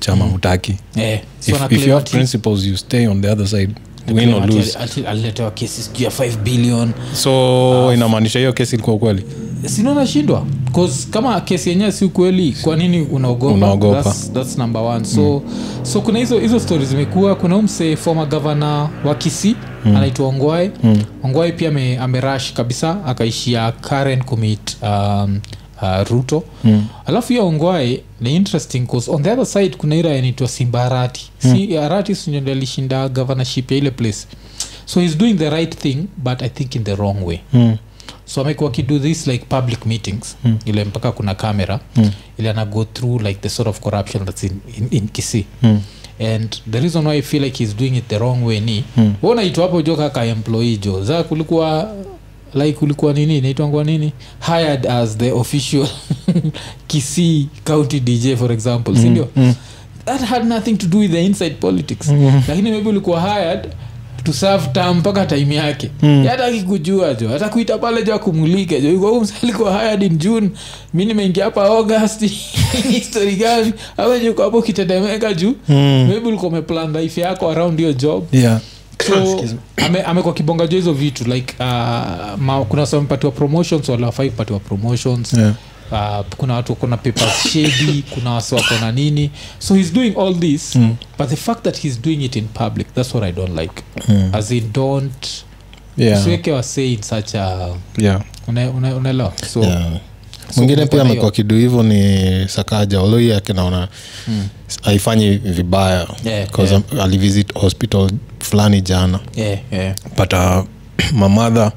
chama mutaki
Eh, so
if, if
anaclaim
you have
ati-
principles you stay on the other side win
anaclaim
or
ati-
lose
ati- aliletewa kesi sijuu ya 5 billion Ah.
so inamaanisha hiyo kesi ilikuwa kweli
sinaona shindwa 'Cause kama kesi yenyewe si ukweli kwa nini unaogopa Mm.
Unaogopa.
That's, that's number one so, so kuna hizo hizo stori zimekuwa kuna huyu msee former governor wa kisii mm. anaitwa ongwae mm. ongwae pia ame, amerash kabisa akaishia karen kumit um, uh, ruto mm. alafu hiyo ongwae ni interesting cause on the other side kuna ira yanaitwa simbarati mm. si arati sindo alishinda governorship ya ile place so he's doing the right thing but i think in the wrong way
mm.
so amekuwa akido this like public meetings mm. ile mpaka kuna camera mm. ile ana go through like the sort of corruption that's in, in, in kisi mm. and the reason why i feel like he's doing it the wrong way ni mm. unaitwa hapo jo kaka employee jo za kulikuwa like ulikuwa nini naitwangwa nini hired as the official *laughs* kisi county dj for example mm. sindio mm. that had nothing to do with the inside politics mm. lakini maybe ulikuwa hired to serve term mpaka time yake mm. hata akikujua jo hata kuita pale jo akumulike jo yuko huyu msee alikuwa hired in june mi nimeingia hapa august *laughs* history gani ama juko hapo ukitetemeka juu mm. maybe ulikuwa umeplan life yako around hiyo job
yeah *coughs*
so ame- amekuwa kibonga jo hizo vitu like uh, ma, kuna wasa wamepatiwa promotions wala wafai kupatiwa promotions
Yeah.
Uh, kuna watu wako na papers shady kuna wasi wako na nini so he's doing all this
Hmm.
mm. but the fact that he's doing it in public that's what i don't like mm. as in don't
Hmm. yeah
usiweke wasee in such a
yeah
una- una- unaelewa so
Yeah. mwingine
kuna
pia
hiyo.
amekuwa kidu hivyo ni sakaja oloi yake naona haifanyi vibaya
Yeah,
'Cause am- alivisit hospital fulani jana
yeah, yeah.
but uh, *clears throat* mamadha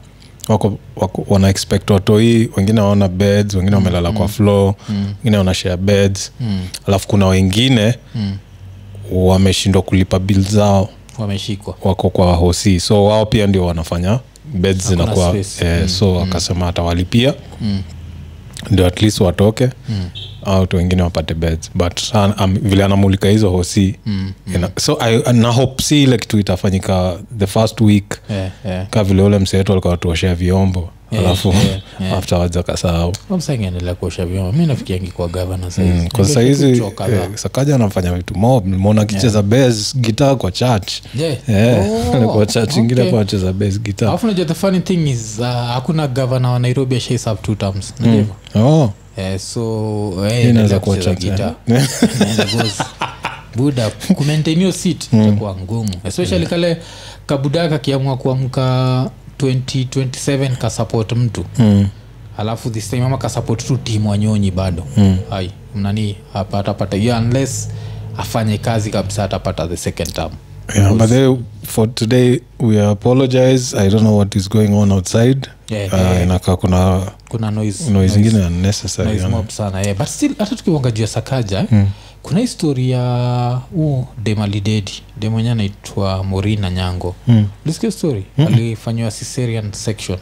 wako, wako wana expect watoi wengine waona beds wengine wamelala mm. kwa floor mm. wengine wana share beds mm. alafu kuna wengine mm. wameshindwa kulipa bill zao
wameshikwa
wako kwa hosi so wao pia ndio wanafanya beds
Hakuna
zinakuwa
space.
eh, so wakasema atawalipia ndio at least watoke au watu wengine wapate beds but an, am, vile anamulika hizo hosi mm, ina, so I, na hope si ile kitu itafanyika the first week
yeah, yeah.
ka vile ule msee wetu alikuwa tuoshea vyombo
Yeah,
alafu *laughs*
yeah, yeah.
afterwards akasahau
msangiendelea kuosha vyoma mi nafikiangi kwa gavana saizi
Hmm. Mm, kwa sahizi
Kuchoka,
eh, sakaja anafanya vitu mob mona akicheza bes gitaa kwa church
Yeah.
Eh,
Oh,
*laughs* kwa church ingine
okay.
pa acheza bes gitaa
alafu najua the funny thing is uh, hakuna gavana wa nairobi ashai serve two terms mm.
Oh.
eh, so eh,
Hii inaweza
endelea
kuwa
kucheza
church,
guitar.
eh.
Endelea gozi. buda kumaintainio sit itakuwa ngumu especially kale kabudaka kiamua kuamka 20, 27 kasupport mtu mm. alafu this time ama kasupport tu timu wanyonyi bado mm. ai nani hapa atapata hiyo unless afanye kazi kabisa atapata the second term
Yeah, but they, for today we apologize i don't know what is going on outside
Yeah,
uh,
yeah.
inakaa kuna
kuna noise,
noise ingine unnecessary
Nice
yani.
mob sana yeah. but still hata tukiwanga juu ya sakaja kuna histori ya huu demalidedi demwenye anaitwa morina nyango mm. lisikia story alifanyiwa caesarean section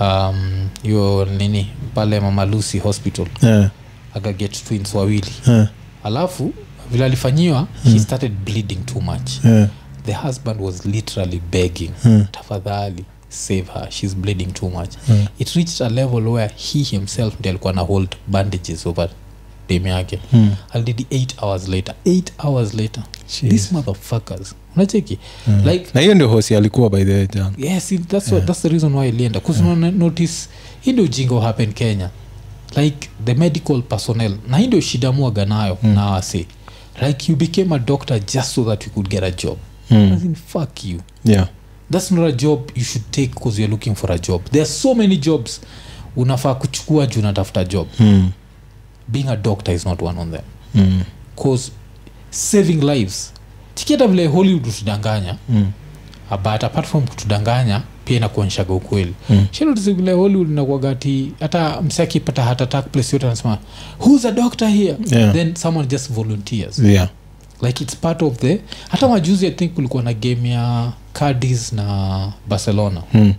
um, hiyo nini pale mama lucy hospital
Yeah,
akaget twins wawili
yeah,
alafu vile alifanyiwa he started bleeding too much
yeah.
the husband was literally begging tafadhali save her she's bleeding too much it reached a level where he himself ndi alikuwa na hold bandages over dem yake mm. already eight hours later eight hours later
Jeez.
these motherfuckers unacheki like
na hiyo ndio hosi alikuwa by the way jana
yes it- that's, what, that's the reason why ilienda bcause yeah. notice hii ndio ujinga wa happen kenya like the medical personnel na hii ndio shida mwaga nayo mm. na wase like you became a doctor just so that you could get a job mm. As in, fuck you
yeah.
that's not a job you should take because you're looking for a job there are so many jobs unafaa kuchukua juu unatafuta job
mm.
being a doctor is not one on them
Mm.
cause saving lives chikiata vile hollywood utudanganya
Mm.
Ah, but apart from kutudanganya pia inakuonyeshaga ukweli mm. vile hollywood inakuagati hata mse akipata heart attack place yote anasema who's a doctor here
Yeah.
then someone just volunteers
yeah.
like it's part of the hata majuzi i think kulikuwa na game ya cardis na barcelona
Mm.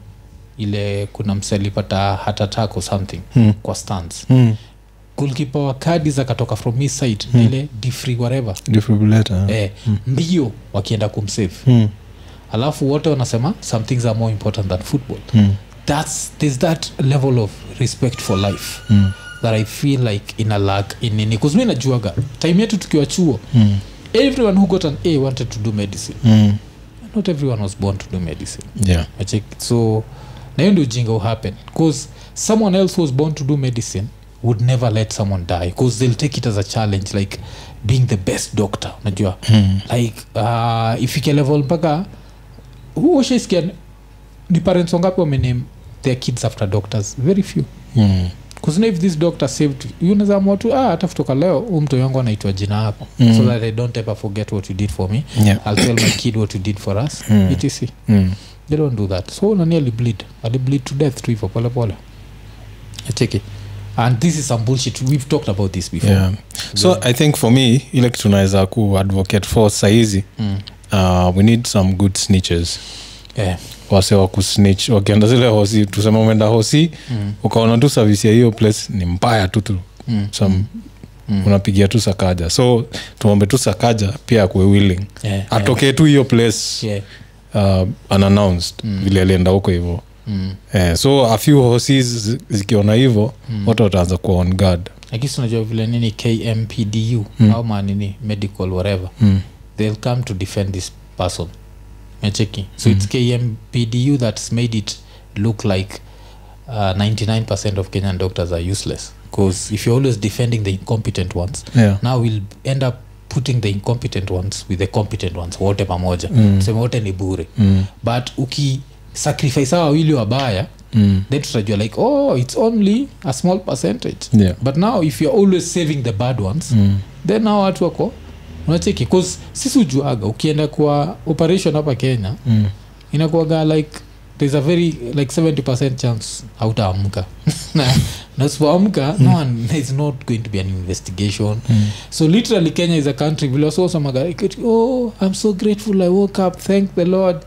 ile kuna mse alipata heart attack or something
Mm.
kwa stans
Mm.
goalkeeper wa cardis akatoka from his side mm. ile difree whatever
Defibrillator, eh.
eh, mbio wakienda kumsave
Mm.
alafu wote wanasema some things are more important than football mm. That's, there's that level of respect for life mm. that i feel like ina lack in nini kuzumi najuaga time yetu tukiwa chuo mm. everyone who got an a wanted to do medicine
Mm.
not everyone was born to do medicine
Yeah.
Acheki. so na hiyo ndio ujinga uhappen bcause someone else who was born to do medicine would never let someone die because they'll take it as a challenge like being the best doctor unajua mm. like uh, ifike level mpaka huoshaiskia ni parents wangapi wamename their kids after doctors very few
Mm.
kusina if this doctor saved you unaweza amua tu ah, hata kutoka leo huu mtoto wangu anaitwa jina yako mm. so that i don't ever forget what you did for me
Yeah.
i'll tell my kid what you did for us mm. etc
Mm.
they don't do that so nani alibleed alibleed to death tu hivyo polepole acheki and this is some bullshit we've talked about this before
Yeah. so i think for me ile kitu naweza kuadvocate for sahizi mm. uh, we need some good snitches
yeah.
wase wa kusnitch wakienda zile hosi tuseme umeenda hosi mm. ukaona tu service ya hiyo place ni mbaya tu tu mm. some mm. unapigia tu sakaja so tuombe tu sakaja pia akuwe willing
Yeah,
atokee tu hiyo place
yeah.
uh, unannounced mm. vile alienda huko hivo mm. eh, so a few horses zi- zikiona hivo mm. watu wataanza kuwa on guard
lakini si unajua vile nini kmpdu mm. au manini medical whatever mm. they'll come to defend this person mecheki so mm. it's kmpdu that's made it look like uh, 99% of kenyan doctors are useless because if you're always defending the incompetent ones
Yeah.
now we'll end up putting the incompetent ones with the competent ones wote pamoja mm. tuseme wote ni bure mm. but uki sacrifice hawa wawili wabaya mm. then tutajua like oh it's only a small percentage
Yeah.
but now if you're always saving the bad ones mm. then hawa watu wako unacheki bcause sisi ujuaga ukienda kwa operation hapa kenya mm. inakuaga like there's a very like 70 chance hautaamka *laughs* Na- na usipoamka no one there's not going to be an investigation so literally kenya is a country vile wasosamaga oh i'm so grateful i woke up thank the lord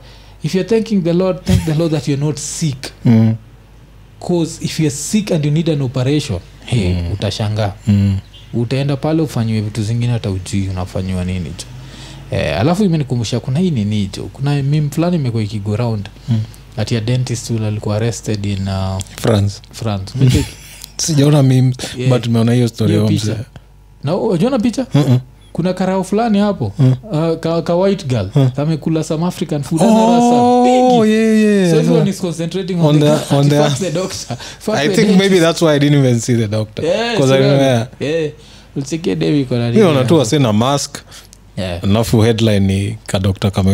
if you're thanking the lord thank the lord that you're not sick
mm.
cause if you're sick and you need an operation hey, mm. utashangaa
Mm.
utaenda pale ufanyiwe vitu zingine hata ujui unafanyiwa nini tu eh, alafu imenikumbusha kuna hii nini jo kuna mim fulani imekuwa ikigo round mm. ati ya dentist ule alikuwa arrested in uh,
france *laughs*
france Umecheki?
sijaona mim
Yeah.
yeah. but meona hiyo story
Hiyo
ya
picha.
mzee.
na wajiona picha
Mm-mm.
kuna karao fulani hapo mm. uh, ka, ka white girl mm. kamekula some african food anarasa
Oh,
bigi
yeah, yeah.
so everyone is concentrating on,
On
the,
the-
girl.
on
Ati *laughs*
the-
fuck the doctor fuck
i
the
think
dentist.
maybe that's why i didn't even see the doctor
Yeah,
'Cause I
sure.
remember-
Yeah. Ulicheki Dave iko na
Mi
nini?
naona tu wase na mask
Yeah.
alafu headline ni kadokta kame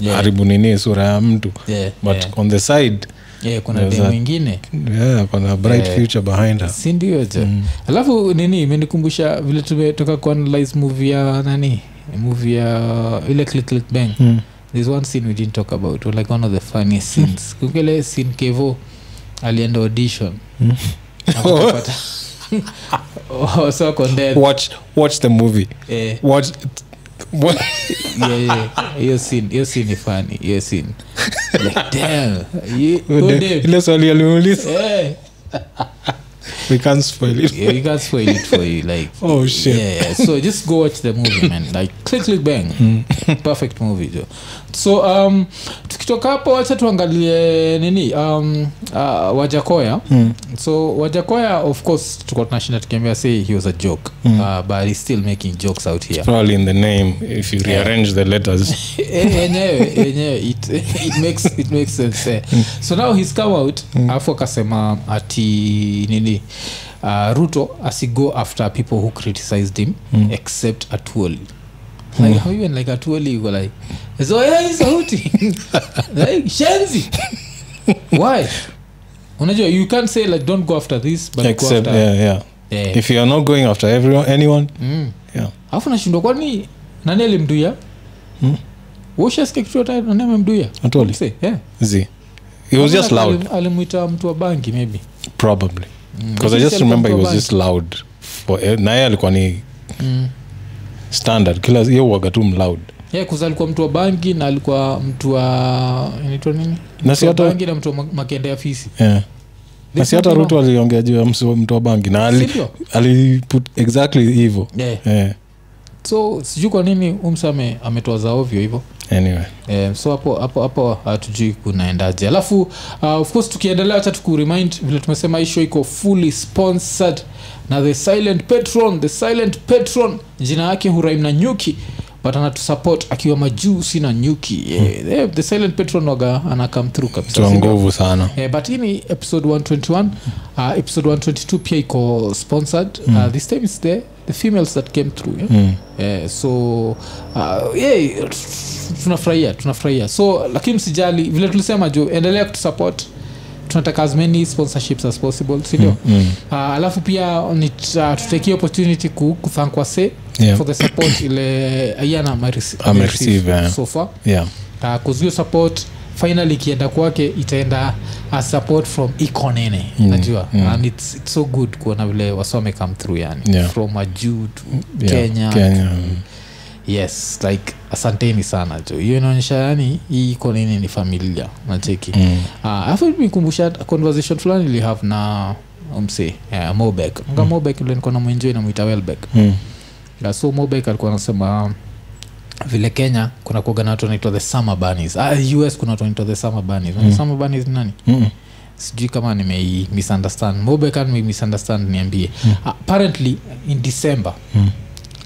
Yeah.
haribu nini sura ya mtu
Yeah,
but
yeah.
on the side
Yeah, kuna
There's
dem
that.
mwingine
yeah, kuna bright
Yeah.
future behind her
sindio jo alafu nini imenikumbusha vile tumetoka kuanalyze movie ya nani movie ya ile click click bang mm. there's one scene we didn't talk about or like one of the funniest scenes mm. kukele scene kevo alienda audition Akapata- *laughs* Oh, so ako dead.
watch watch the movie
Eh.
watch what
Yeah, yeah. hiyo scene- hiyo scene ni funny hiyo scene like damn you,
*laughs*
oh, damn.
ile swali aliuliza
Eh.
we can't spoil it
yeah, you guys spoil it for you. Like,
Oh, shit.
Yeah, yeah. So just go watch the movie, man. Like, click, click, bang.
Hmm.
Perfect movie, jo. So, um, tukitoka hapo, wacha tuangalie nini, um, uh, Wajakoya.
Hmm.
So, Wajakoya, of course, tuko tunashinda tukiambia say he was a joke.
Hmm.
Uh, but he's still making jokes out here.
probably in the name if you rearrange the letters
Eh, yenyewe yenyewe it, *laughs* it makes, it makes sense eh.
Mm.
so now he's come out alafu akasema ati nini uh, ruto asigo after people who criticized him
Mm.
except atuoli like how even like atuoli yuko like zoei
*laughs*
sauti like shenzi why unajua you can't say like don't go after this but
except
go after
yeah yeah
Eh,
if you are not going after everyone anyone
mm.
yeah
alafu nashindwa kwani nani alimduya
Hmm?
washaskia kitu hata nani amemduya
Atoli.
Say, yeah.
z he was just
Kama
loud
alim- alimwita mtu wa banki maybe
probably because i
Lakini
just
si
remember he
alikuwa
was just loud for naye alikuwa ni
Mm.
standard kila hiyo waga tu mloud
yeah, kuza alikuwa mtu wa banki na alikuwa mtu wa inaitwa nini
Na
Mtu
si
wa
hata-
banki na mtu wa ma- makende ya fisi
yeah na
There's
si hata
nothing
ruto aliongea juu ya msu- mtu wa bangi na ali-
Sivyo?
ali put exactly hivo
wrong. yeah.
Eh.
so sijui kwa nini umsame ametoa za ovyo hivyo
anyway
Eh, so hapo hapo hapo hatujui kunaendaje alafu uh, of course tukiendelea hacha tukuremind vile tumesema hii show iko fully sponsored na the silent patron the silent patron jina yake huraim na nyuki but anatusupport akiwa majuu sina nyuki yeah. eh, the silent patron waga ana come through kabisa
tuna
si ndio?
nguvu sana
Eh, but hii ni episode 121 uh, episode 122 pia iko sponsored
Mm.
uh, this time is the, the females that came through yeah? eh, so uh, yeah, tunafurahia tunafurahia so lakini msijali vile tulisema juu endelea kutusupport tunataka as many sponsorships as possible sindio
Mm,
uh, alafu pia nit- uh, tutekie opportunity ku, kuthank wase
Yeah.
for the
*coughs*
support ile uh, ayana amerisi-
Amereceive, yeah.
so far
yeah
uh, kuzio support finally ikienda kwake itaenda as support from ikonene mm, najua mm. and it's, it's so good kuona vile wasome come through yani
Yeah.
from ajuu to
yeah.
kenya,
kenya mm.
yes like asanteni sana tu hiyo inaonyesha yani hii ikonene ni familia nacheki mm. uh, afu nikumbusha conversation fulani ilihave na mse yeah, mobek nga mm. mobek ule nikuwa namwenjoi namwita welbek
Mm.
Na so mobek alikuwa anasema um, vile kenya kuna kuoga na watu wanaitwa the summer bunnies ah, us kuna watu wanaitwa the summer bunnies mm. summer bunnies ni nani
Mm.
sijui kama nimei misunderstand mobek nime misunderstand niambie mm. apparently in december mm.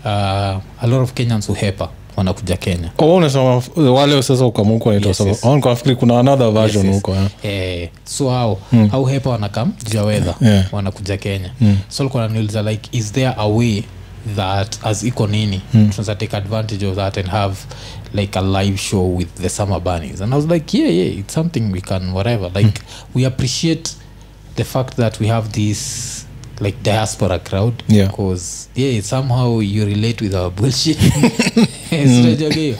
uh, a lot of kenyans uhepa wanakuja kenya
Oh, wewe unasema f- wale sasa ukamuku wanaitwa
Yes,
saba-
yes.
Oh, nilikuwa nafikiri kuna another version
yes.
huko yeah.
eh, so hao au hepa wanakam jua wedha
Hmm. Yeah. Hmm.
wanakuja kenya mm. so alikuwa ananiuliza like is there a way that as iko nini
Hmm.
mm. tunaweza take advantage of that and have like a live show with the summer bunnies and i was like yeah yeah it's something we can whatever
Hmm.
like we appreciate the fact that we have this like diaspora crowd
Yeah.
because yeah somehow you relate with our
*laughs*
bullshit mm.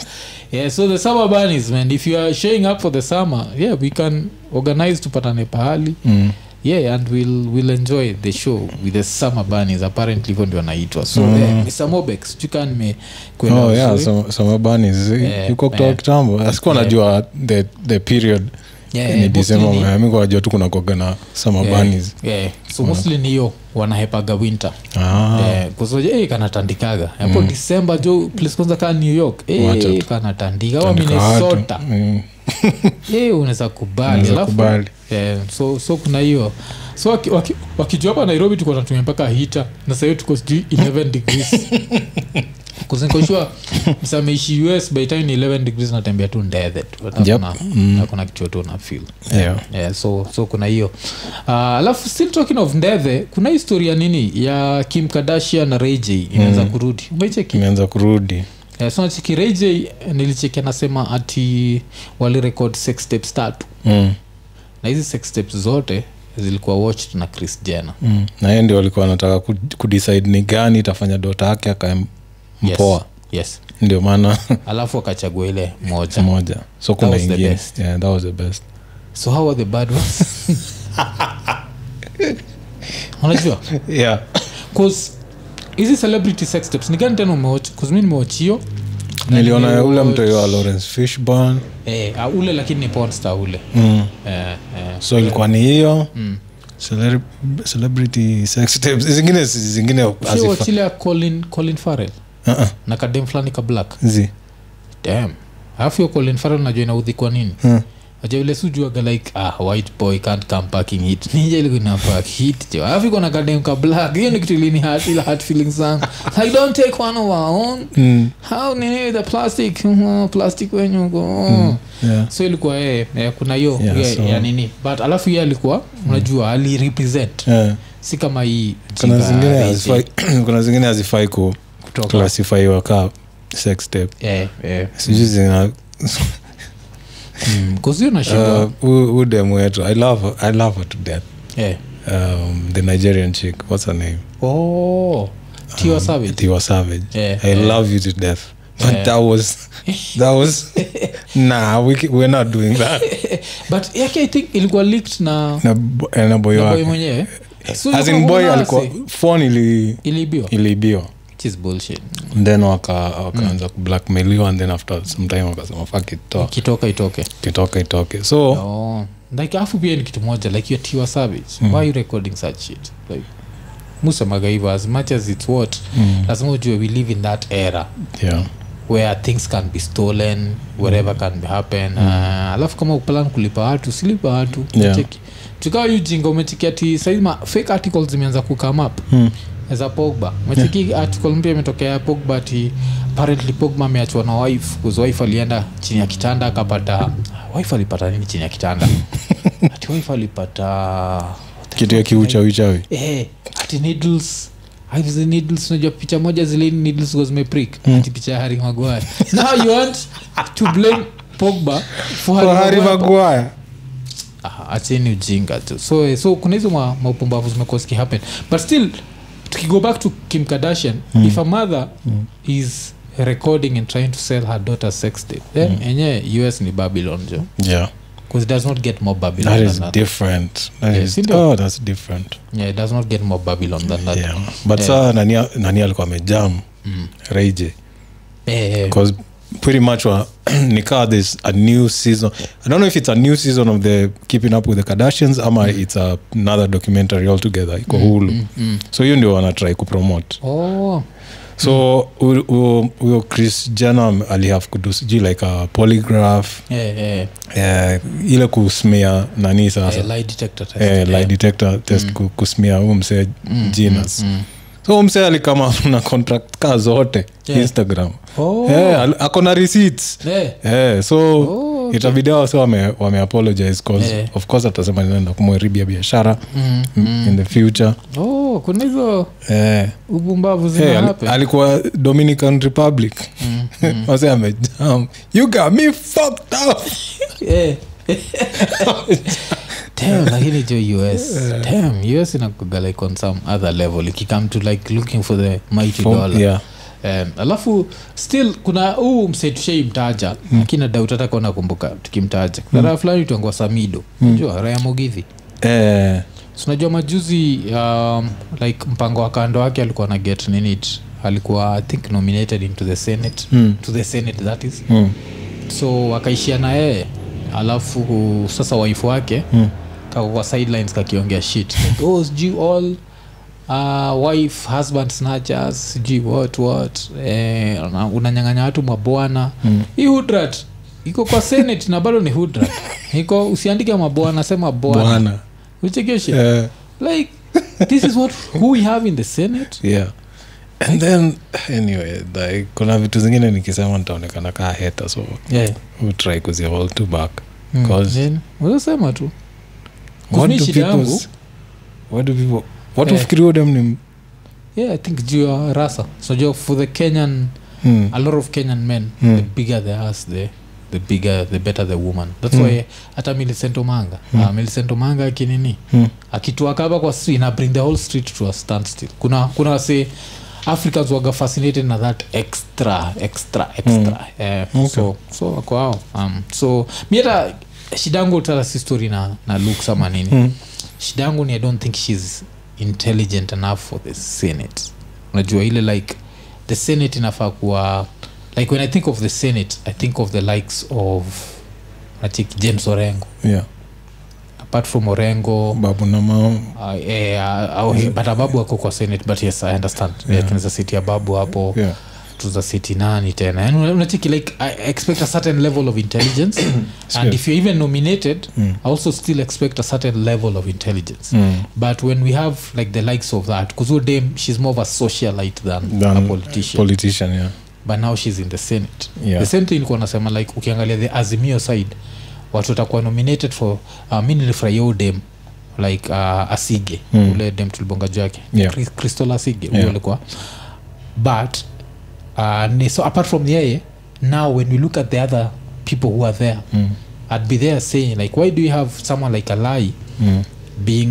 yeah so the summer bunnies man if you are showing up for the summer yeah we can organize tupatane pahali mm. yeah and we'll, we'll enjoy the show with the summer bunnies apparently hivyo ndio anaitwa so mm. yeah, mr mobex sijukaa nimekwenda
Oh, yeah,
vizuri.
some- some urbanis, eh,
Yeah,
yuko kutoka
yeah.
kitambo asikuwa najua the, the period eh,
Yeah,
ni
yeah, mostly ni-
december mi kuwajua tu kuna kuoga na samabanis
yeah.
Mm.
so mostly ni hiyo wanahepaga winter
Ah,
Eh, kwa sababu, eh, kanatandikaga hapo december jo place kwanza kaa new york eh,
Mm. Wacha tu.
kanatandika wa minnesota
Mm. *laughs*
Eh, unaweza kubali
Unaweza
Alafu,
kubali.
eh, so, so kuna hiyo so wakijua waki, wakijua hapa nairobi tuko natumia mpaka hita na sahio tuko sijui 11
*laughs*
degrees kuzinkoshua msameishi us by time ni 11 degrees natembea tu ndethe tu
Yep. Mm.
hakuna kichwa tu na feel yeah, so so kuna hiyo uh, alafu still talking of ndethe kuna historia nini ya kim kardashian na rayj inaweza mm. kurudi umecheki
imeanza kurudi
yeah, so nacheki rayj nilicheki anasema ati walirekod sex tapes tatu
Mm,
na hizi sex tapes zote zilikuwa watched na chris jenner
mm. na yeye ndio alikuwa anataka ku- kudecide ni gani itafanya dota yake akampoa
yes. yes
ndio maana
alafu akachagua ile moja
*laughs* moja so kuna
was the
ingine
best.
yeah, that was the best
so how are the bad ones unajua
yeah.
cause hizi celebrity sex tapes ni gani tena umewatch cause mi nimewatch hiyo na
niliona ule
nimewatch-
mtoyo wa lawrence fishburn
eh, ah, ule lakini ni ponsta ule
mm.
eh, eh.
so ilikuwa ni hiyo
Mm.
Celeb- celebrity sex tapes zingine zingine hazifa-
siwachilia colin, colin farrell
Uh-uh.
na kadem fulani ka black
Zi.
dam alafu hiyo colin farrell najua inaudhi kwa nini
Hmm.
aja vile sujuaga like ah, white boy can't come packing hit ninja ilikuna pack hit jo alafu iko na kadem ka black hiyo ni kitu ilini hurt- ila hurt feelings zangu like don't take one of our own
Mm.
how nini the plastic Mhm, plastic wenyu uko mm.
Yeah.
so ilikuwa eh, eh, kuna hiyo
Hmm. Yeah,
yeah,
so- Hmm.
ya nini but alafu ye alikuwa unajua alirepresent
Yeah.
si kama hii
Hmm. kuna
jiga
zingine
rage.
hazifai- *clears throat* kuna zingine hazifai ku
Kutoka.
klasifiwa ka sex tape
Eh, eh.
sijui zina
Mm, 'cause hiyo nashindwa.
uh, hu- hu demu wetu i love her, i love her to death
Eh.
um, the nigerian chick what's her name
Oh,
um,
Tiwa Savage.
tiwa savage
Yeah,
i
yeah.
love you to death but that was that
*laughs*
was nah we, ca- we're not doing that
but yake i think ilikuwa leaked na
na, bo- eh, na boy
na boy
wake
mwenyewe So
as in
ilikuwa
boy
kuna
alikuwa
nasi.
phone ili
iliibiwa
iliibiwa
Which is bullshit.
then waka- wakaanza mm. kublackmailiwa and then after sometime wakasema fuck it toa
ikitoka itoke
itoke itoke so
oh. like afu pia ni kitu moja like your tiwa savage
Mm.
why are you recording such shit like
Mm.
musemaga hivyo as much as it's what lazima ujue we live in that era
yeah
where things can be stolen whatever can be happen mm. uh, alafu kama uplan kulipa watu silipa watu
Yeah.
cheki tukawa ujinga umecheki ati saizi ma fake articles zimeanza kucome up mm za pogba mecheki article mpya imetokea ya pogba ati apparently pogba ameachwa na wife cause wife alienda chini ya kitanda akapata wife alipata nini chini ya *laughs* kitanda ati wife alipata what the
kitu ya kiuchawichawi
eh, ati needles Ati hizi needles unajua picha moja zile needles zilikuwa zimeprick ati picha ya Harry Maguire now you want to blame Pogba for Harry, Maguire. Aha, acheni ujinga tu so, eh, so kuna hizo ma- maupumbavu zimekuwa zikihappen but still tukigo back to kim kardashian mm. if a mother mm. is recording and trying to sell her daughter's sex tape then enyewe us ni babylon jo
yeah
because it does not get more babylon
that
than
is
that.
different that
Yeah,
is,
sindio?
oh, that's different
yeah, it does not get more babylon than that
yeah. but saa nani, nani alikuwa amejam reije
Eh, eh,
because pretty much wa, *clears throat* nikaa this a new season i don't know if it's a new season of the keeping up with the kardashians ama it's a, another documentary altogether iko hulu so hiyo ndio wanatry kupromote
oh
so huyo- huyo huyo chris janam alihave kudu sijui like a polygraph
Eh, eh,
eh, ile kusmia nani sasa
eh, lie detector test.
eh, lie detector Mm. test ku- kusmia huu msee jinas so huu msee alikama *laughs* na contract ka zote
Yeah.
instagram
Oh.
Eh, al- ako na receipts
Eh.
Eh, so
Oh, okay.
itabidi hao wase wame, wame apologize cause
Eh. Mm-hmm.
of course atasema ninaenda kumwharibia biashara mm. in the future
Oh, kuna hizo
eh.
ubumbavu
Hey, al,
zinahape
alikuwa dominican republic
Mm-hmm.
*laughs* wase amejam you got me fucked up
Eh. *laughs* Damn, lakini jo us
Eh.
Damn, us inakuga like on some other level ikikame to like looking for the mighty
For-
dollar
yeah.
um, alafu still kuna huu msee tushaimtaja
Hmm.
lakini mm. dautata kuona kumbuka tukimtaja kuna raha fulani tuangua samido
Hmm.
najua raya mogidhi
eh,
So, unajua majuzi um, like mpango wa kando wake alikuwa na get ninit alikuwa i think nominated into the senate mm. to the senate that is mm. so wakaishia na yeye alafu sasa waifu wake mm. kakwa sidelines kakiongea shit like, oh, sijui all uh, wife husband snatchers sijui what what eh, una- unanyang'anya watu mwa bwana mm. hii hudrat iko kwa senate na bado ni hudrat iko usiandike mabwana sema bwana
bwana
uchekeshe
eh.
like this is what *laughs* who we have in the senate
yeah and then anyway like, kuna vitu zingine nikisema nitaonekana kaa heta so
yeah
utry kuzi hold to back
Mm,
Cause-
ulosema tu
what
Kuzini
do
shida
people
yangu-
s- what do people what
Eh.
ufikiri huyo dem ni
yeah i think juu ya rasa so juu for the kenyan
Hmm.
a lot of kenyan men
Mm.
the bigger the ass the the bigger the better the woman that's why hata milicent omanga uh, milicent omanga akinini
Mm.
akituakaba kwa street na bring the whole street to a standstill kuna kuna wase africans waga fascinated na that extra extra extra eh, so so wako hao um, so mi hata shida yangu tala si story na, na look sama nini shida yangu ni i don't think shes intelligent enough for the senate unajua ile like the senate inafaa kuwa like when i think of the senate i think of the likes of nachiki james orengo
yeah
apart from orengo
babu na mama
Uh, eh, uh, oh, he- but ababu ako kwa senate but yes i understand yeah. tunaweza siti ababu hapo
yeah
tuza siti nani tena Yaani una- unacheki like i expect a certain level of
*coughs*
intelligence and
Sure.
if you're even nominated
Mm.
i also still expect a certain level of intelligence but when we have like the likes of that kuzo dame she's more of a socialite than,
Than
a politician
politician yeah
but now she's in the senate
Yeah.
the same thing ilikuwa nasema like ukiangalia the azimio side watu watakuwa nominated for uh, mi nilifurahia huyu dem like uh, asige mm. ule dem tulibonga juu yake
Hmm. Yeah.
Chris- crystal asige
Yeah.
yeah. ulikuwa but uh, ni, so apart from yeye now when we look at the other people who are there
Hmm.
mm. i'd be there saying like why do you have someone like alai
Hmm.
mm. being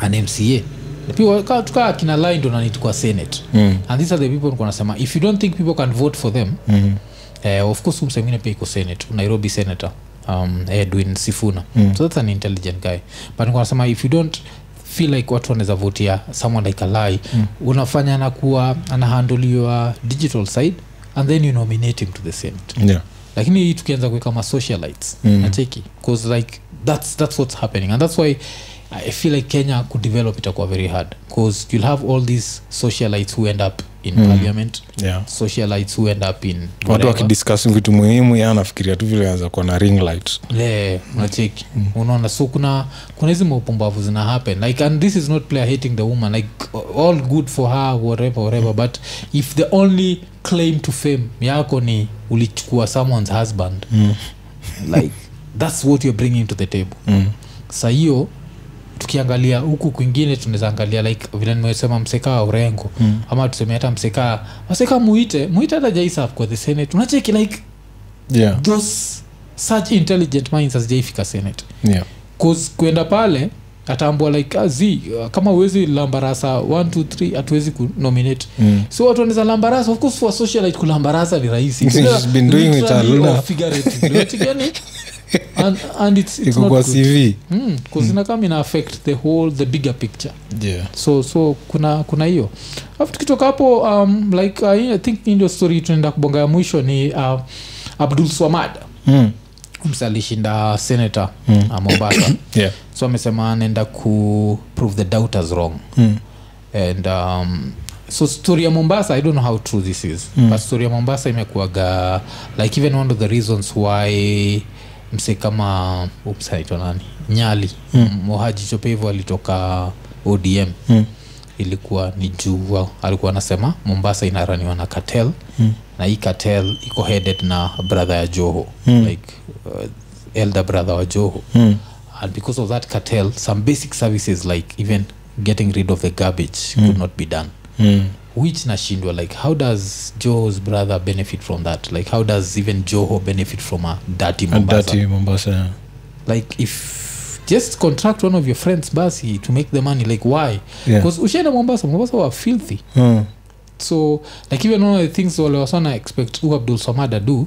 an mca tukaa kina lai ndo nanit kwa senate mm. and these are the people nikuwa nasema if you don't think people can vote for them mm. eh, of course msa mwingine pia iko senate nairobi senator um, edwin sifuna mm. so that's an intelligent guy but nikuwa nasema if you don't feel like watu wanaweza votia someone like alai mm. unafanya anakuwa anahandle your digital side and then you nominate him to the senate
yeah
lakini hii tukianza kuweka ma socialites mm. nacheki 'Cause like that's, that's what's happening and that's why i feel like kenya kudevelop itakuwa very hard because you'll have all these socialites who end up in mm. parliament
Yeah.
socialites who end up in
watu
whatever.
wakidiscuss vitu muhimu ya anafikiria tu vile anaweza kuwa na ring light
le unacheki unaona so kuna kuna hizi maupumbavu zina happen like and this is not player hating the woman like all good for her whatever whatever but if the only claim to fame yako ni ulichukua someone's husband like that's what you're bringing to the table mm. sa hiyo tukiangalia huku kwingine tunaweza angalia like vile nimesema msekaa urengo mm. ama tuseme hata msekaa msekaa muite muite hata jaisaf kwa the senate unacheki like
yeah.
those such intelligent minds hazijaifika senate
Yeah.
'Cause kuenda pale ataambua like ah, zi ah, kama uwezi lambarasa 123 hatuwezi kunominate mm. so watu wanaweza lambarasa of course for socialite kulambarasa ni rahisi
She's
Either
been doing it
literally
alone.
or figuratively.
*laughs*
Unachikani? and, and it's, it's
iko
not
kwa
good.
cv
Mm, 'cause inakaa ina affect the whole the bigger picture
yeah.
so so kuna kuna hiyo alafu tukitoka hapo um, like uh, i think hii ndio story tunaenda kubonga ya mwisho ni uh, abdul swamad
Mm.
msa alishinda senata mm. uh, mombasa
Yeah.
so amesema anaenda ku prove the doubters wrong
Mm.
and um, so story ya mombasa i don't know how true this is mm. but story ya mombasa imekuaga like even one of the reasons why mse kama ups anaitwa nani nyali mm. mohaji chopevo alitoka odm mm. ilikuwa ni juu alikuwa anasema mombasa inaraniwa na cartel mm. na hii cartel iko headed na brother ya joho mm. like uh, elder brother wa joho mm. and because of that cartel some basic services like even getting rid of the garbage mm. could not be done
Mm.
which nashindwa like how does joho's brother benefit from that like how does even joho benefit from a dirty
And
mombasa
that mombasa yeah.
like if just contract one of your friends basi to make the money like why
Yeah.
because ushaenda mombasa mombasa were filthy
Mm.
so like even one of the things wale wasana expect who abdul samad ado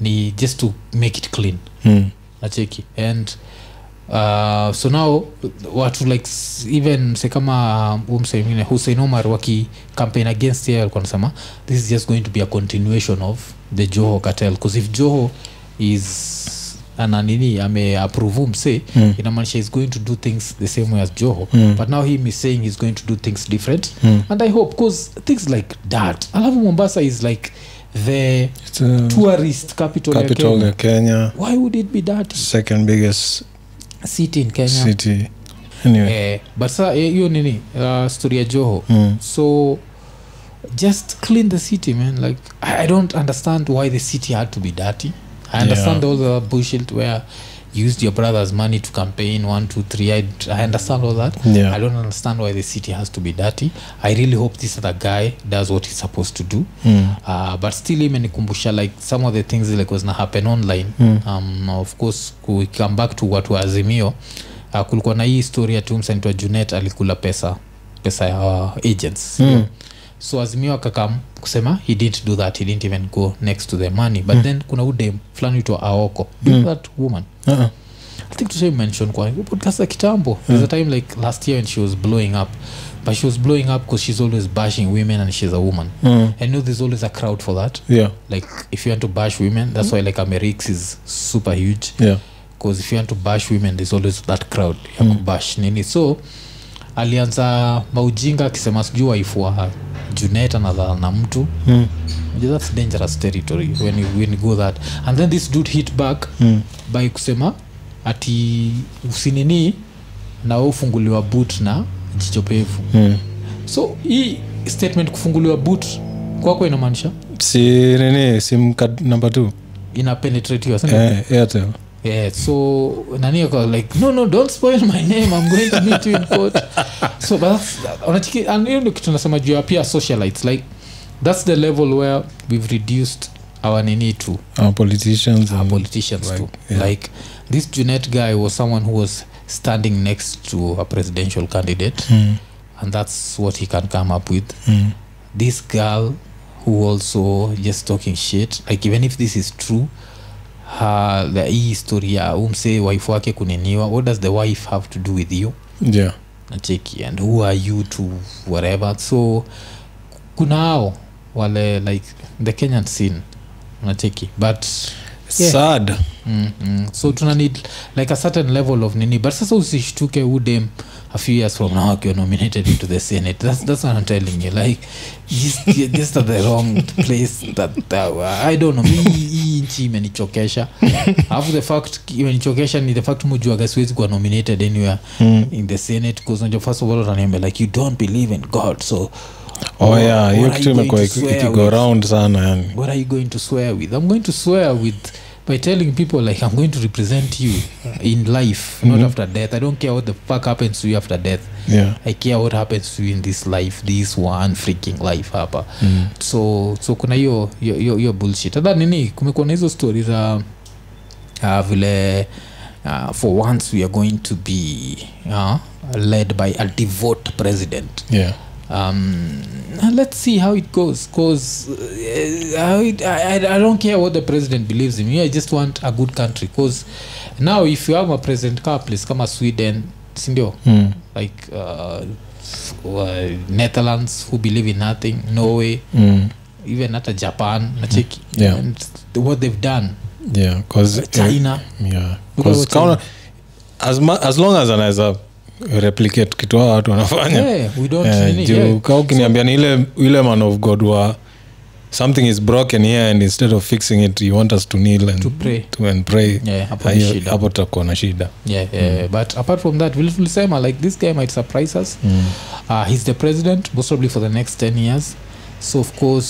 ni just to make it clean
Mm.
nacheki and uh, so now watu like s- even se kama umsemine hussein omar waki campaign against yeye alikuwa anasema this is just going to be a continuation of the joho cartel because if joho is ananini ameapprove mse
Hmm.
mm. inamaanisha is going to do things the same way as joho mm. but now him is saying he's going to do things different
Hmm.
mm. and i hope because things like that alafu mombasa is like the
It's a
tourist capital,
capital
ya Kenya.
ya kenya
why would it be that
second biggest
city in kenya
city anyway
eh, but sa eh, hiyo nini uh, story ya joho
Mm.
so just clean the city man like i I don't understand why the city had to be dirty i understand all the bullshit where you used your brother's money to campaign one two three i, I understand all that
Yeah.
i don't understand why the city has to be dirty i really hope this other guy does what he's supposed to do
Mm.
uh, but still imenikumbusha like some of the things like was na happen online mm. um, of course we come back to watu wa azimio uh, kulikuwa na hii story ya tumsanitwa junet alikula pesa pesa ya uh, agents mm. so azimio akakam kusema he didn't do that he didn't even go next to the money but mm. then kuna udem fulani uitwa aoko mm. that woman
Uh-uh.
I think tushai mention kwa podcast ya kitambo there's a time like last year when she was blowing up but she was blowing up because she's always bashing women and she's a woman
Mm.
i know there's always a crowd for that
yeah
like if you want to bash women that's why like amerix is super huge
yeah
because if you want to bash women there's always that crowd ya kubash nini so alianza maujinga akisema sijui waifua junet anadhaa na mtu mm. that's dangerous territory when you, when you go that and then this dude hit back mm. by kusema ati usinini nawe ufunguliwa boot na jicho pevu mm. so hii statement kufunguliwa boot kwako inamaanisha
si nini sim card number two
ina penetrate you, isn't it?
eh, airtel
yeah so nani ako like no no don't spoil my name i'm going to meet you in court so but that's unachiki- and hiyo ndio kitu nasema juu ya pia socialites like that's the level where we've reduced our nini to
our politicians
Mm.
and,
politicians like,
Like,
to
yeah.
like this junet guy was someone who was standing next to a presidential candidate mm. and that's what he can come up with mm. this girl who also just talking shit like even if this is true her, the hii history ya umse wife wake kuniniwa what does the wife have to do with you
yeah
nacheki and who are you to whatever so kuna ao wale like the kenyan scene nacheki but Yeah.
sad
Mm-mm. Mm-hmm. so tuna need like a certain level of nini but sasa usishtuke udem a few years from now akiwa nominated into the senate that's, that's what i'm telling you like he's just at the wrong place that, that, i don't know mi hii nchi imenichokesha alafu the fact imenichokesha ni the fact mujuaga siwezi kuwa nominated anywhere
Mm.
in the senate bcause najua first of all utaniambia like you don't believe in god so
oh
what-
yeah
what
hiyo
are
kitu
you going
imekuwa
to
iki-
swear
ikigo
with?
round sana yani
what are you going to swear with i'm going to swear with by telling people like i'm going to represent you in life not after death i don't care what the fuck happens to you after death
yeah
i care what happens to you in this life this one freaking life hapa mm. so so kuna hiyo hiyo- hiyo hiyo bullshit hata nini kumekuwa na hizo stori za uh, vile uh, for once we are going to be uh, led by a devote president
yeah
um, let's see how it goes because I, I, I don't care what the president believes in me i just want a good country because now if you have a president ka place kama sweden sindio
mm.
like uh, f- uh, netherlands who believe in nothing norway
Mm.
even hata japan mm-hmm. nacheki
Hmm. Yeah.
and what they've done
yeah 'cause- eh,
china
yeah.
Look
'Cause
at what
kauna- as, ma- as long as anaweza replicate kitu hawa watu wanafanya
yeah. we don't
Eh,
nini,
juu
yeah.
ka ukiniambia ni ile ile man of god wa something is broken here and instead of fixing it you want us to kneel and,
To pray.
to- and pray
Yeah, hapo
Ah,
ni
hiyo-
shida.
hapo tutakuwa na shida
yeah, yeah. but apart from that will tulisema like this guy might surprise us uh, he's the president most probably for the next 10 years so of course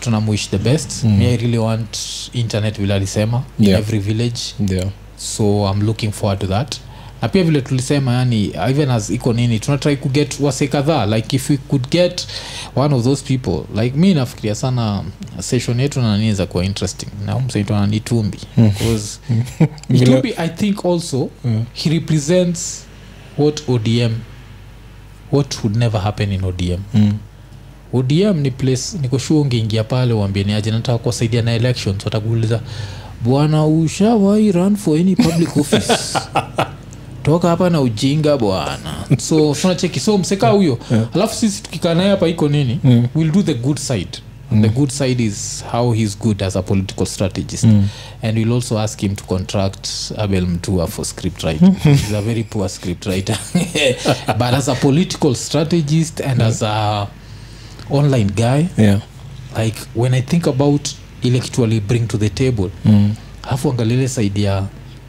tunamwish the best me i really want internet vile alisema in
Yeah.
every village
yeah.
so i'm looking forward to that na pia vile tulisema yani even as iko nini tunatry kuget wase kadhaa like if we could get one of those people like mi nafikiria sana session yetu naniza kuwa interesting na msaitu ananitumbi bcause itumbi i think also
Mm.
he represents what odm what would never happen in odm
Mm.
odm ni place nikoshua ungeingia pale uambie ni aje nataka kuwasaidia na elections watakuuliza bwana ushawai run for any *laughs* public office toka hapa na ujinga bwana so tunacheki so mseka huyo alafu sisi tukikaa naye hapa iko nini mm. we'll do the good side mm. the good side is how he's good as a political strategist mm. and we'll also ask him to contract abel mtua for script *laughs* writing he's a very poor script writer *laughs* but as a political strategist and as a online guy
Yeah.
like when i think about ile kitu ali bring to the table
Mm.
alafu angalile side ya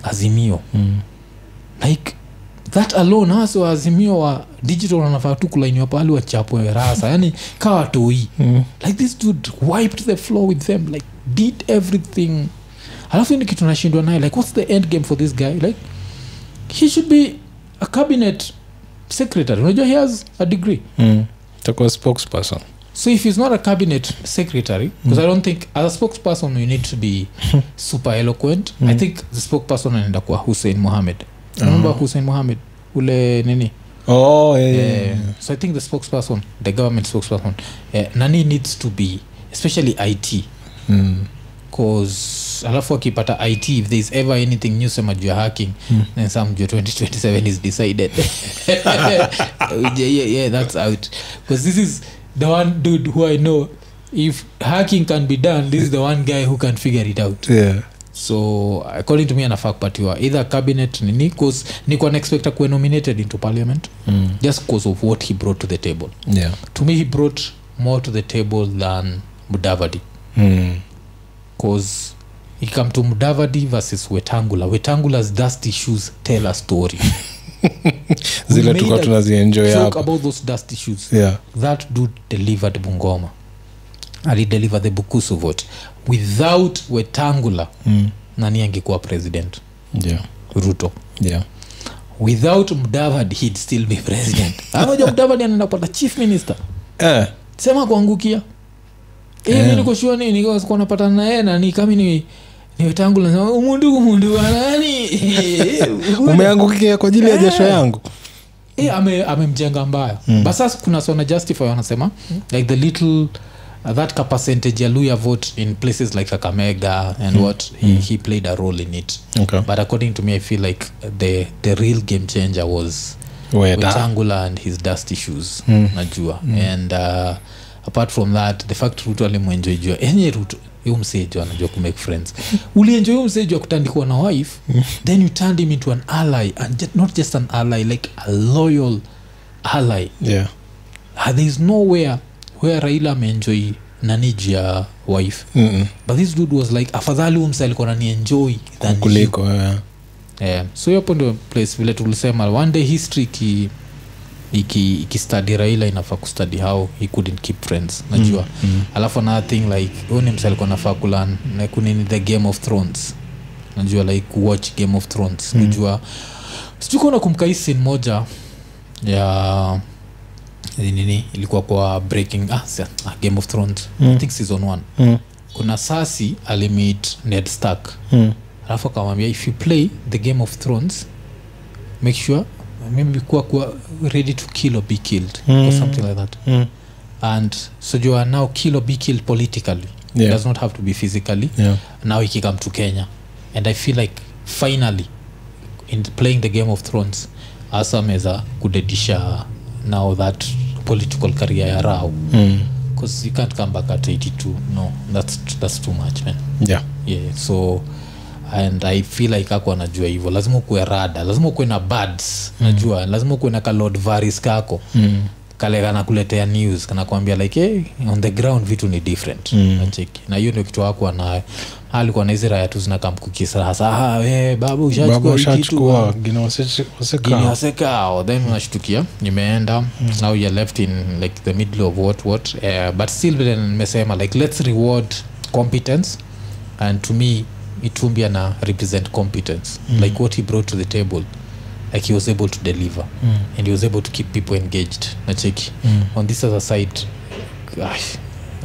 azimio mm. like that alone hasa waazimio wa digital wanafaa tu kulainiwa pahali wachapwe rasa yani kawatoi mm. like this dude wiped the floor with them like did everything alafu ni kitu nashindwa naye like what's the end game for this guy like he should be a cabinet secretary unajua he has a degree
Mm. Itakuwa spokesperson
so if he's not a cabinet secretary because i don't think as a spokesperson you need to be super eloquent i think the spokesperson anaenda kwa hussein mohammed remember hussein mohammed ule nini
oh, yeah,
Eh,
yeah, yeah.
so i think the spokesperson the government spokesperson eh, nani needs to be especially it
Mm.
cause alafu akipata it if thereis ever anything new sema juu ya hacking mm. then some juu ya 2027 is
*laughs*
decided *laughs* yeah, yeah, yeah, that's out because this is the one dude who i know if hacking can be done this is the one guy who can figure it out
Yeah.
so according to me anafaa kupatiwa either cabinet nini cause nikuwa naexpecta kuwe nominated into parliament
Mm.
just because of what he brought to the table
Yeah.
to me he brought more to the table than mudavadi
Mm.
cause ikam to mudavadi versus wetangula wetangula's dusty shoes tell a story
*laughs* zile
made
tuka
a
tunazienjoy
talk
hapa
about those dusty shoes
yeah.
that dude delivered bungoma ali deliver the bukusu vote without wetangula
Mm.
nani angekuwa president
Yeah.
ruto
Yeah.
without mdavad he'd still be
*laughs*
president amaja mdavad anaenda kupata chief minister
Eh.
sema kuangukia
Yeah.
yeah. nikoshua nini niko- sikuwa napatana naye nani kami ni niwetangula sema umundu umundu
*laughs*
anani
umeangukia kwa ajili ya jasho
Eh.
yangu
Eh, ame- amemjenga mbaya
Hmm.
mm. but sasa kuna sona justify wanasema mm. like the little uh, that ka percentage ya luya vote in places like kakamega and mm. what he, mm. he played a role in it
Hmm. Okay.
but according to me i feel like the, the real game changer was
Weta.
wetangula and uh, his dusty shoes mm. najua mm. and uh, apart from that the fact ruto alimwenjoijua enye ruto yu mseju anajua kumake friends ulienjoy huyu mseju akutandikwa na wife then you turned him into an ally and ju- not just an ally like a loyal ally
yeah.
uh, there is nowhere where raila ameenjoy naniji ya wife
Mm-mm.
but this dude was like afadhali umse alikuwa nanienjoy than you.
kuliko yeah.
yeah. Eh, so hiyo hapo ndio place vile tulisema one day history iki iki, iki study raila inafaa kustudy how he couldn't keep friends najua mm, mm. alafu another thing like huyu ni msa alikuwa nafaa kulan kunini the game of thrones najua like watch game of thrones mm. kujua sijui kuona kumkaisin moja ya ni nini ilikuwa kwa breaking ah, sia- ah, game of thrones mm. i think season one
Mm.
kuna sasi alimit ned stark
Mm.
alafu akamwambia if you play the game of thrones make sure maybe kuwa kuwa ready to kill or be killed or
Mm.
something like that
Mm.
and so you are now kill or be killed politically
Yeah.
it does not have to be physically
Yeah.
now ikikam to kenya and i feel like finally in playing the game of thrones asa ameweza kudedisha now that political career ya rao
Mm.
because you can't come back at 82 no that's, that's too much man
Yeah.
yeah, so and i feel like ako anajua hivyo lazima ukuwe rada lazima ukuwe na birds mm. najua lazima ukuwe na kalod varis kako mm. kale kanakuletea news kanakwambia like hey, on the ground vitu ni different mm. nacheki na hiyo ndio kitu wako anayo alikuwa na hizi raya tu zinakamkukisahasa hey, baba
baba
"Ah, eh, ushachukua hii kitu
ushachukua
baba."
gina wasech- wasekaa.
Guinea wasekao then unashtukia nimeenda now you're left in like the middle of what what uh, but still vile nimesema like let's reward competence and to me itumbi ana uh, represent competence like what he brought to the table like he was able to deliver and he was able to keep people engaged nacheki on this other side ay,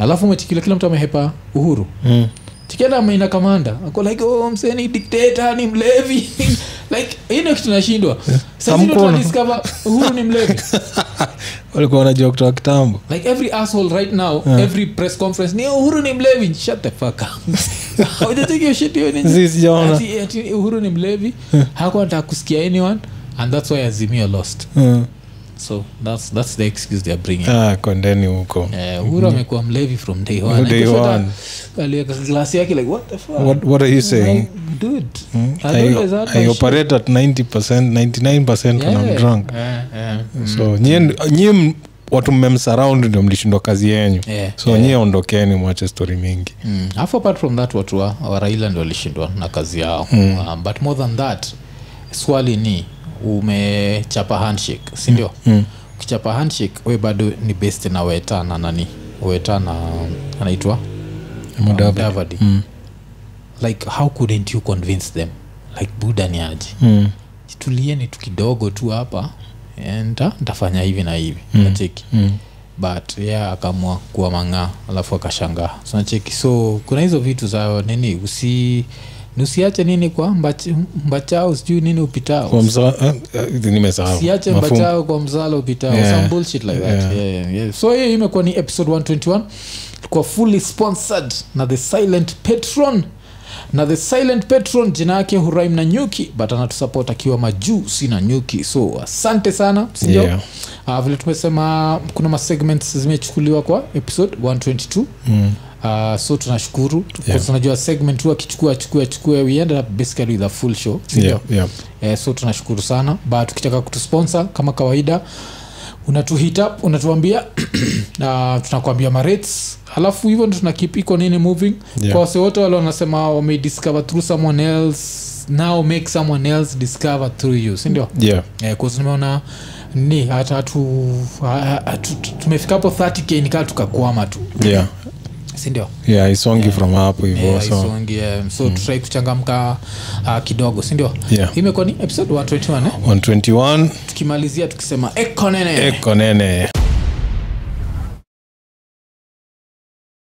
alafu umechikila kila mtu amehepa uhuru
Mm.
chikienda ameina kamanda ako like oh, mseni dikteta ni mlevi *laughs* like ino kitu nashindwa
Amko na-
sazinodiscover uhuru ni mlevi
walikuwa wanajua kutoka kitambo
like every asshole right now every press conference ni uhuru ni mlevi shut the fuck
*laughs*
up Hujatake your shit hiyo ni-
Sisi sijaona.
Ati- ati uhuru ni
*laughs*
mlevi hakuwa nataka kusikia anyone and that's why azimio lost
Mm.
so that's, that's the excuse they're bringing
Ah, kondeni huko
Eh, uhuru amekuwa mlevi from day one.
Mm-hmm. From day
Kesho ta-
one.
aliweka glasi yake like what the fuck
what, what are you saying Hmm?
dude I
I,
don't deserve
I
my shit.
operate at 90 99 when I'm
Yeah.
drunk
Eh, eh.
so nyie nyie m- watu mmemsurround ndio mlishindwa kazi yenyu
Yeah,
so nyie ondokeni mwache story mingi
Mm. Alafu apart from that watu wa wa raila ndio walishindwa na kazi yao mm. um, but more than that swali ni umechapa handshake sindio mm. ukichapa handshake we bado ni best na weta na nani weta na anaitwa
Mudavadi.
Mudavadi. like how couldn't you convince them like buda ni aje
Mm.
tulieni tu kidogo tu hapa eh, nta- ntafanya hivi na hivi mm. nacheki mm. but yeah akaamua kuwa mang'aa alafu akashangaa so nacheki so kuna hizo vitu za nini usi ni usiache nini kwa mbach- mbachao sijui nini
Kwa
upitao
msa- eh, eh, nimesahau
siache
Mafum-
mbachao kwa mzala upitao
Yeah.
some bullshit like that
Yeah.
yeah. Yeah, yeah. so hiyo imekuwa ni episode 121 kwa fully sponsored na the silent patron na the silent patron jina yake huraim na nyuki but anatusupport akiwa majuu sina nyuki so asante sana sindio
Yeah.
uh, vile tumesema kuna masegments zimechukuliwa kwa episode 122 mm. Uh, so tunashukuru yeah. tunajua segment huwa akichukua achukue achukue we ended up basically with a full show sindio?
Yeah, yeah.
eh, so tunashukuru sana but ukitaka kutusponsor kama kawaida unatuhit up unatuambia *clears throat* na tunakuambia marates alafu hivyo ndo tunakip iko nini moving
Yeah.
kwa wase wote wale wanasema wameidiscover through someone else now make someone else discover through you sindio
Yeah.
eh, 'cause nimeona ni hata hatu ha- ha- hatu- tumefika hapo 30k nikaa tukakwama tu
Yeah.
sindio
Yeah, haisongi from hapo hivo
Yeah,
so Mm.
haisongi, eh, so tutrai kuchangamka uh, kidogo sindio
Yeah.
Hii imekuwa ni episode 121 eh?
121 eh,
tukimalizia tukisema ekonene
ekonene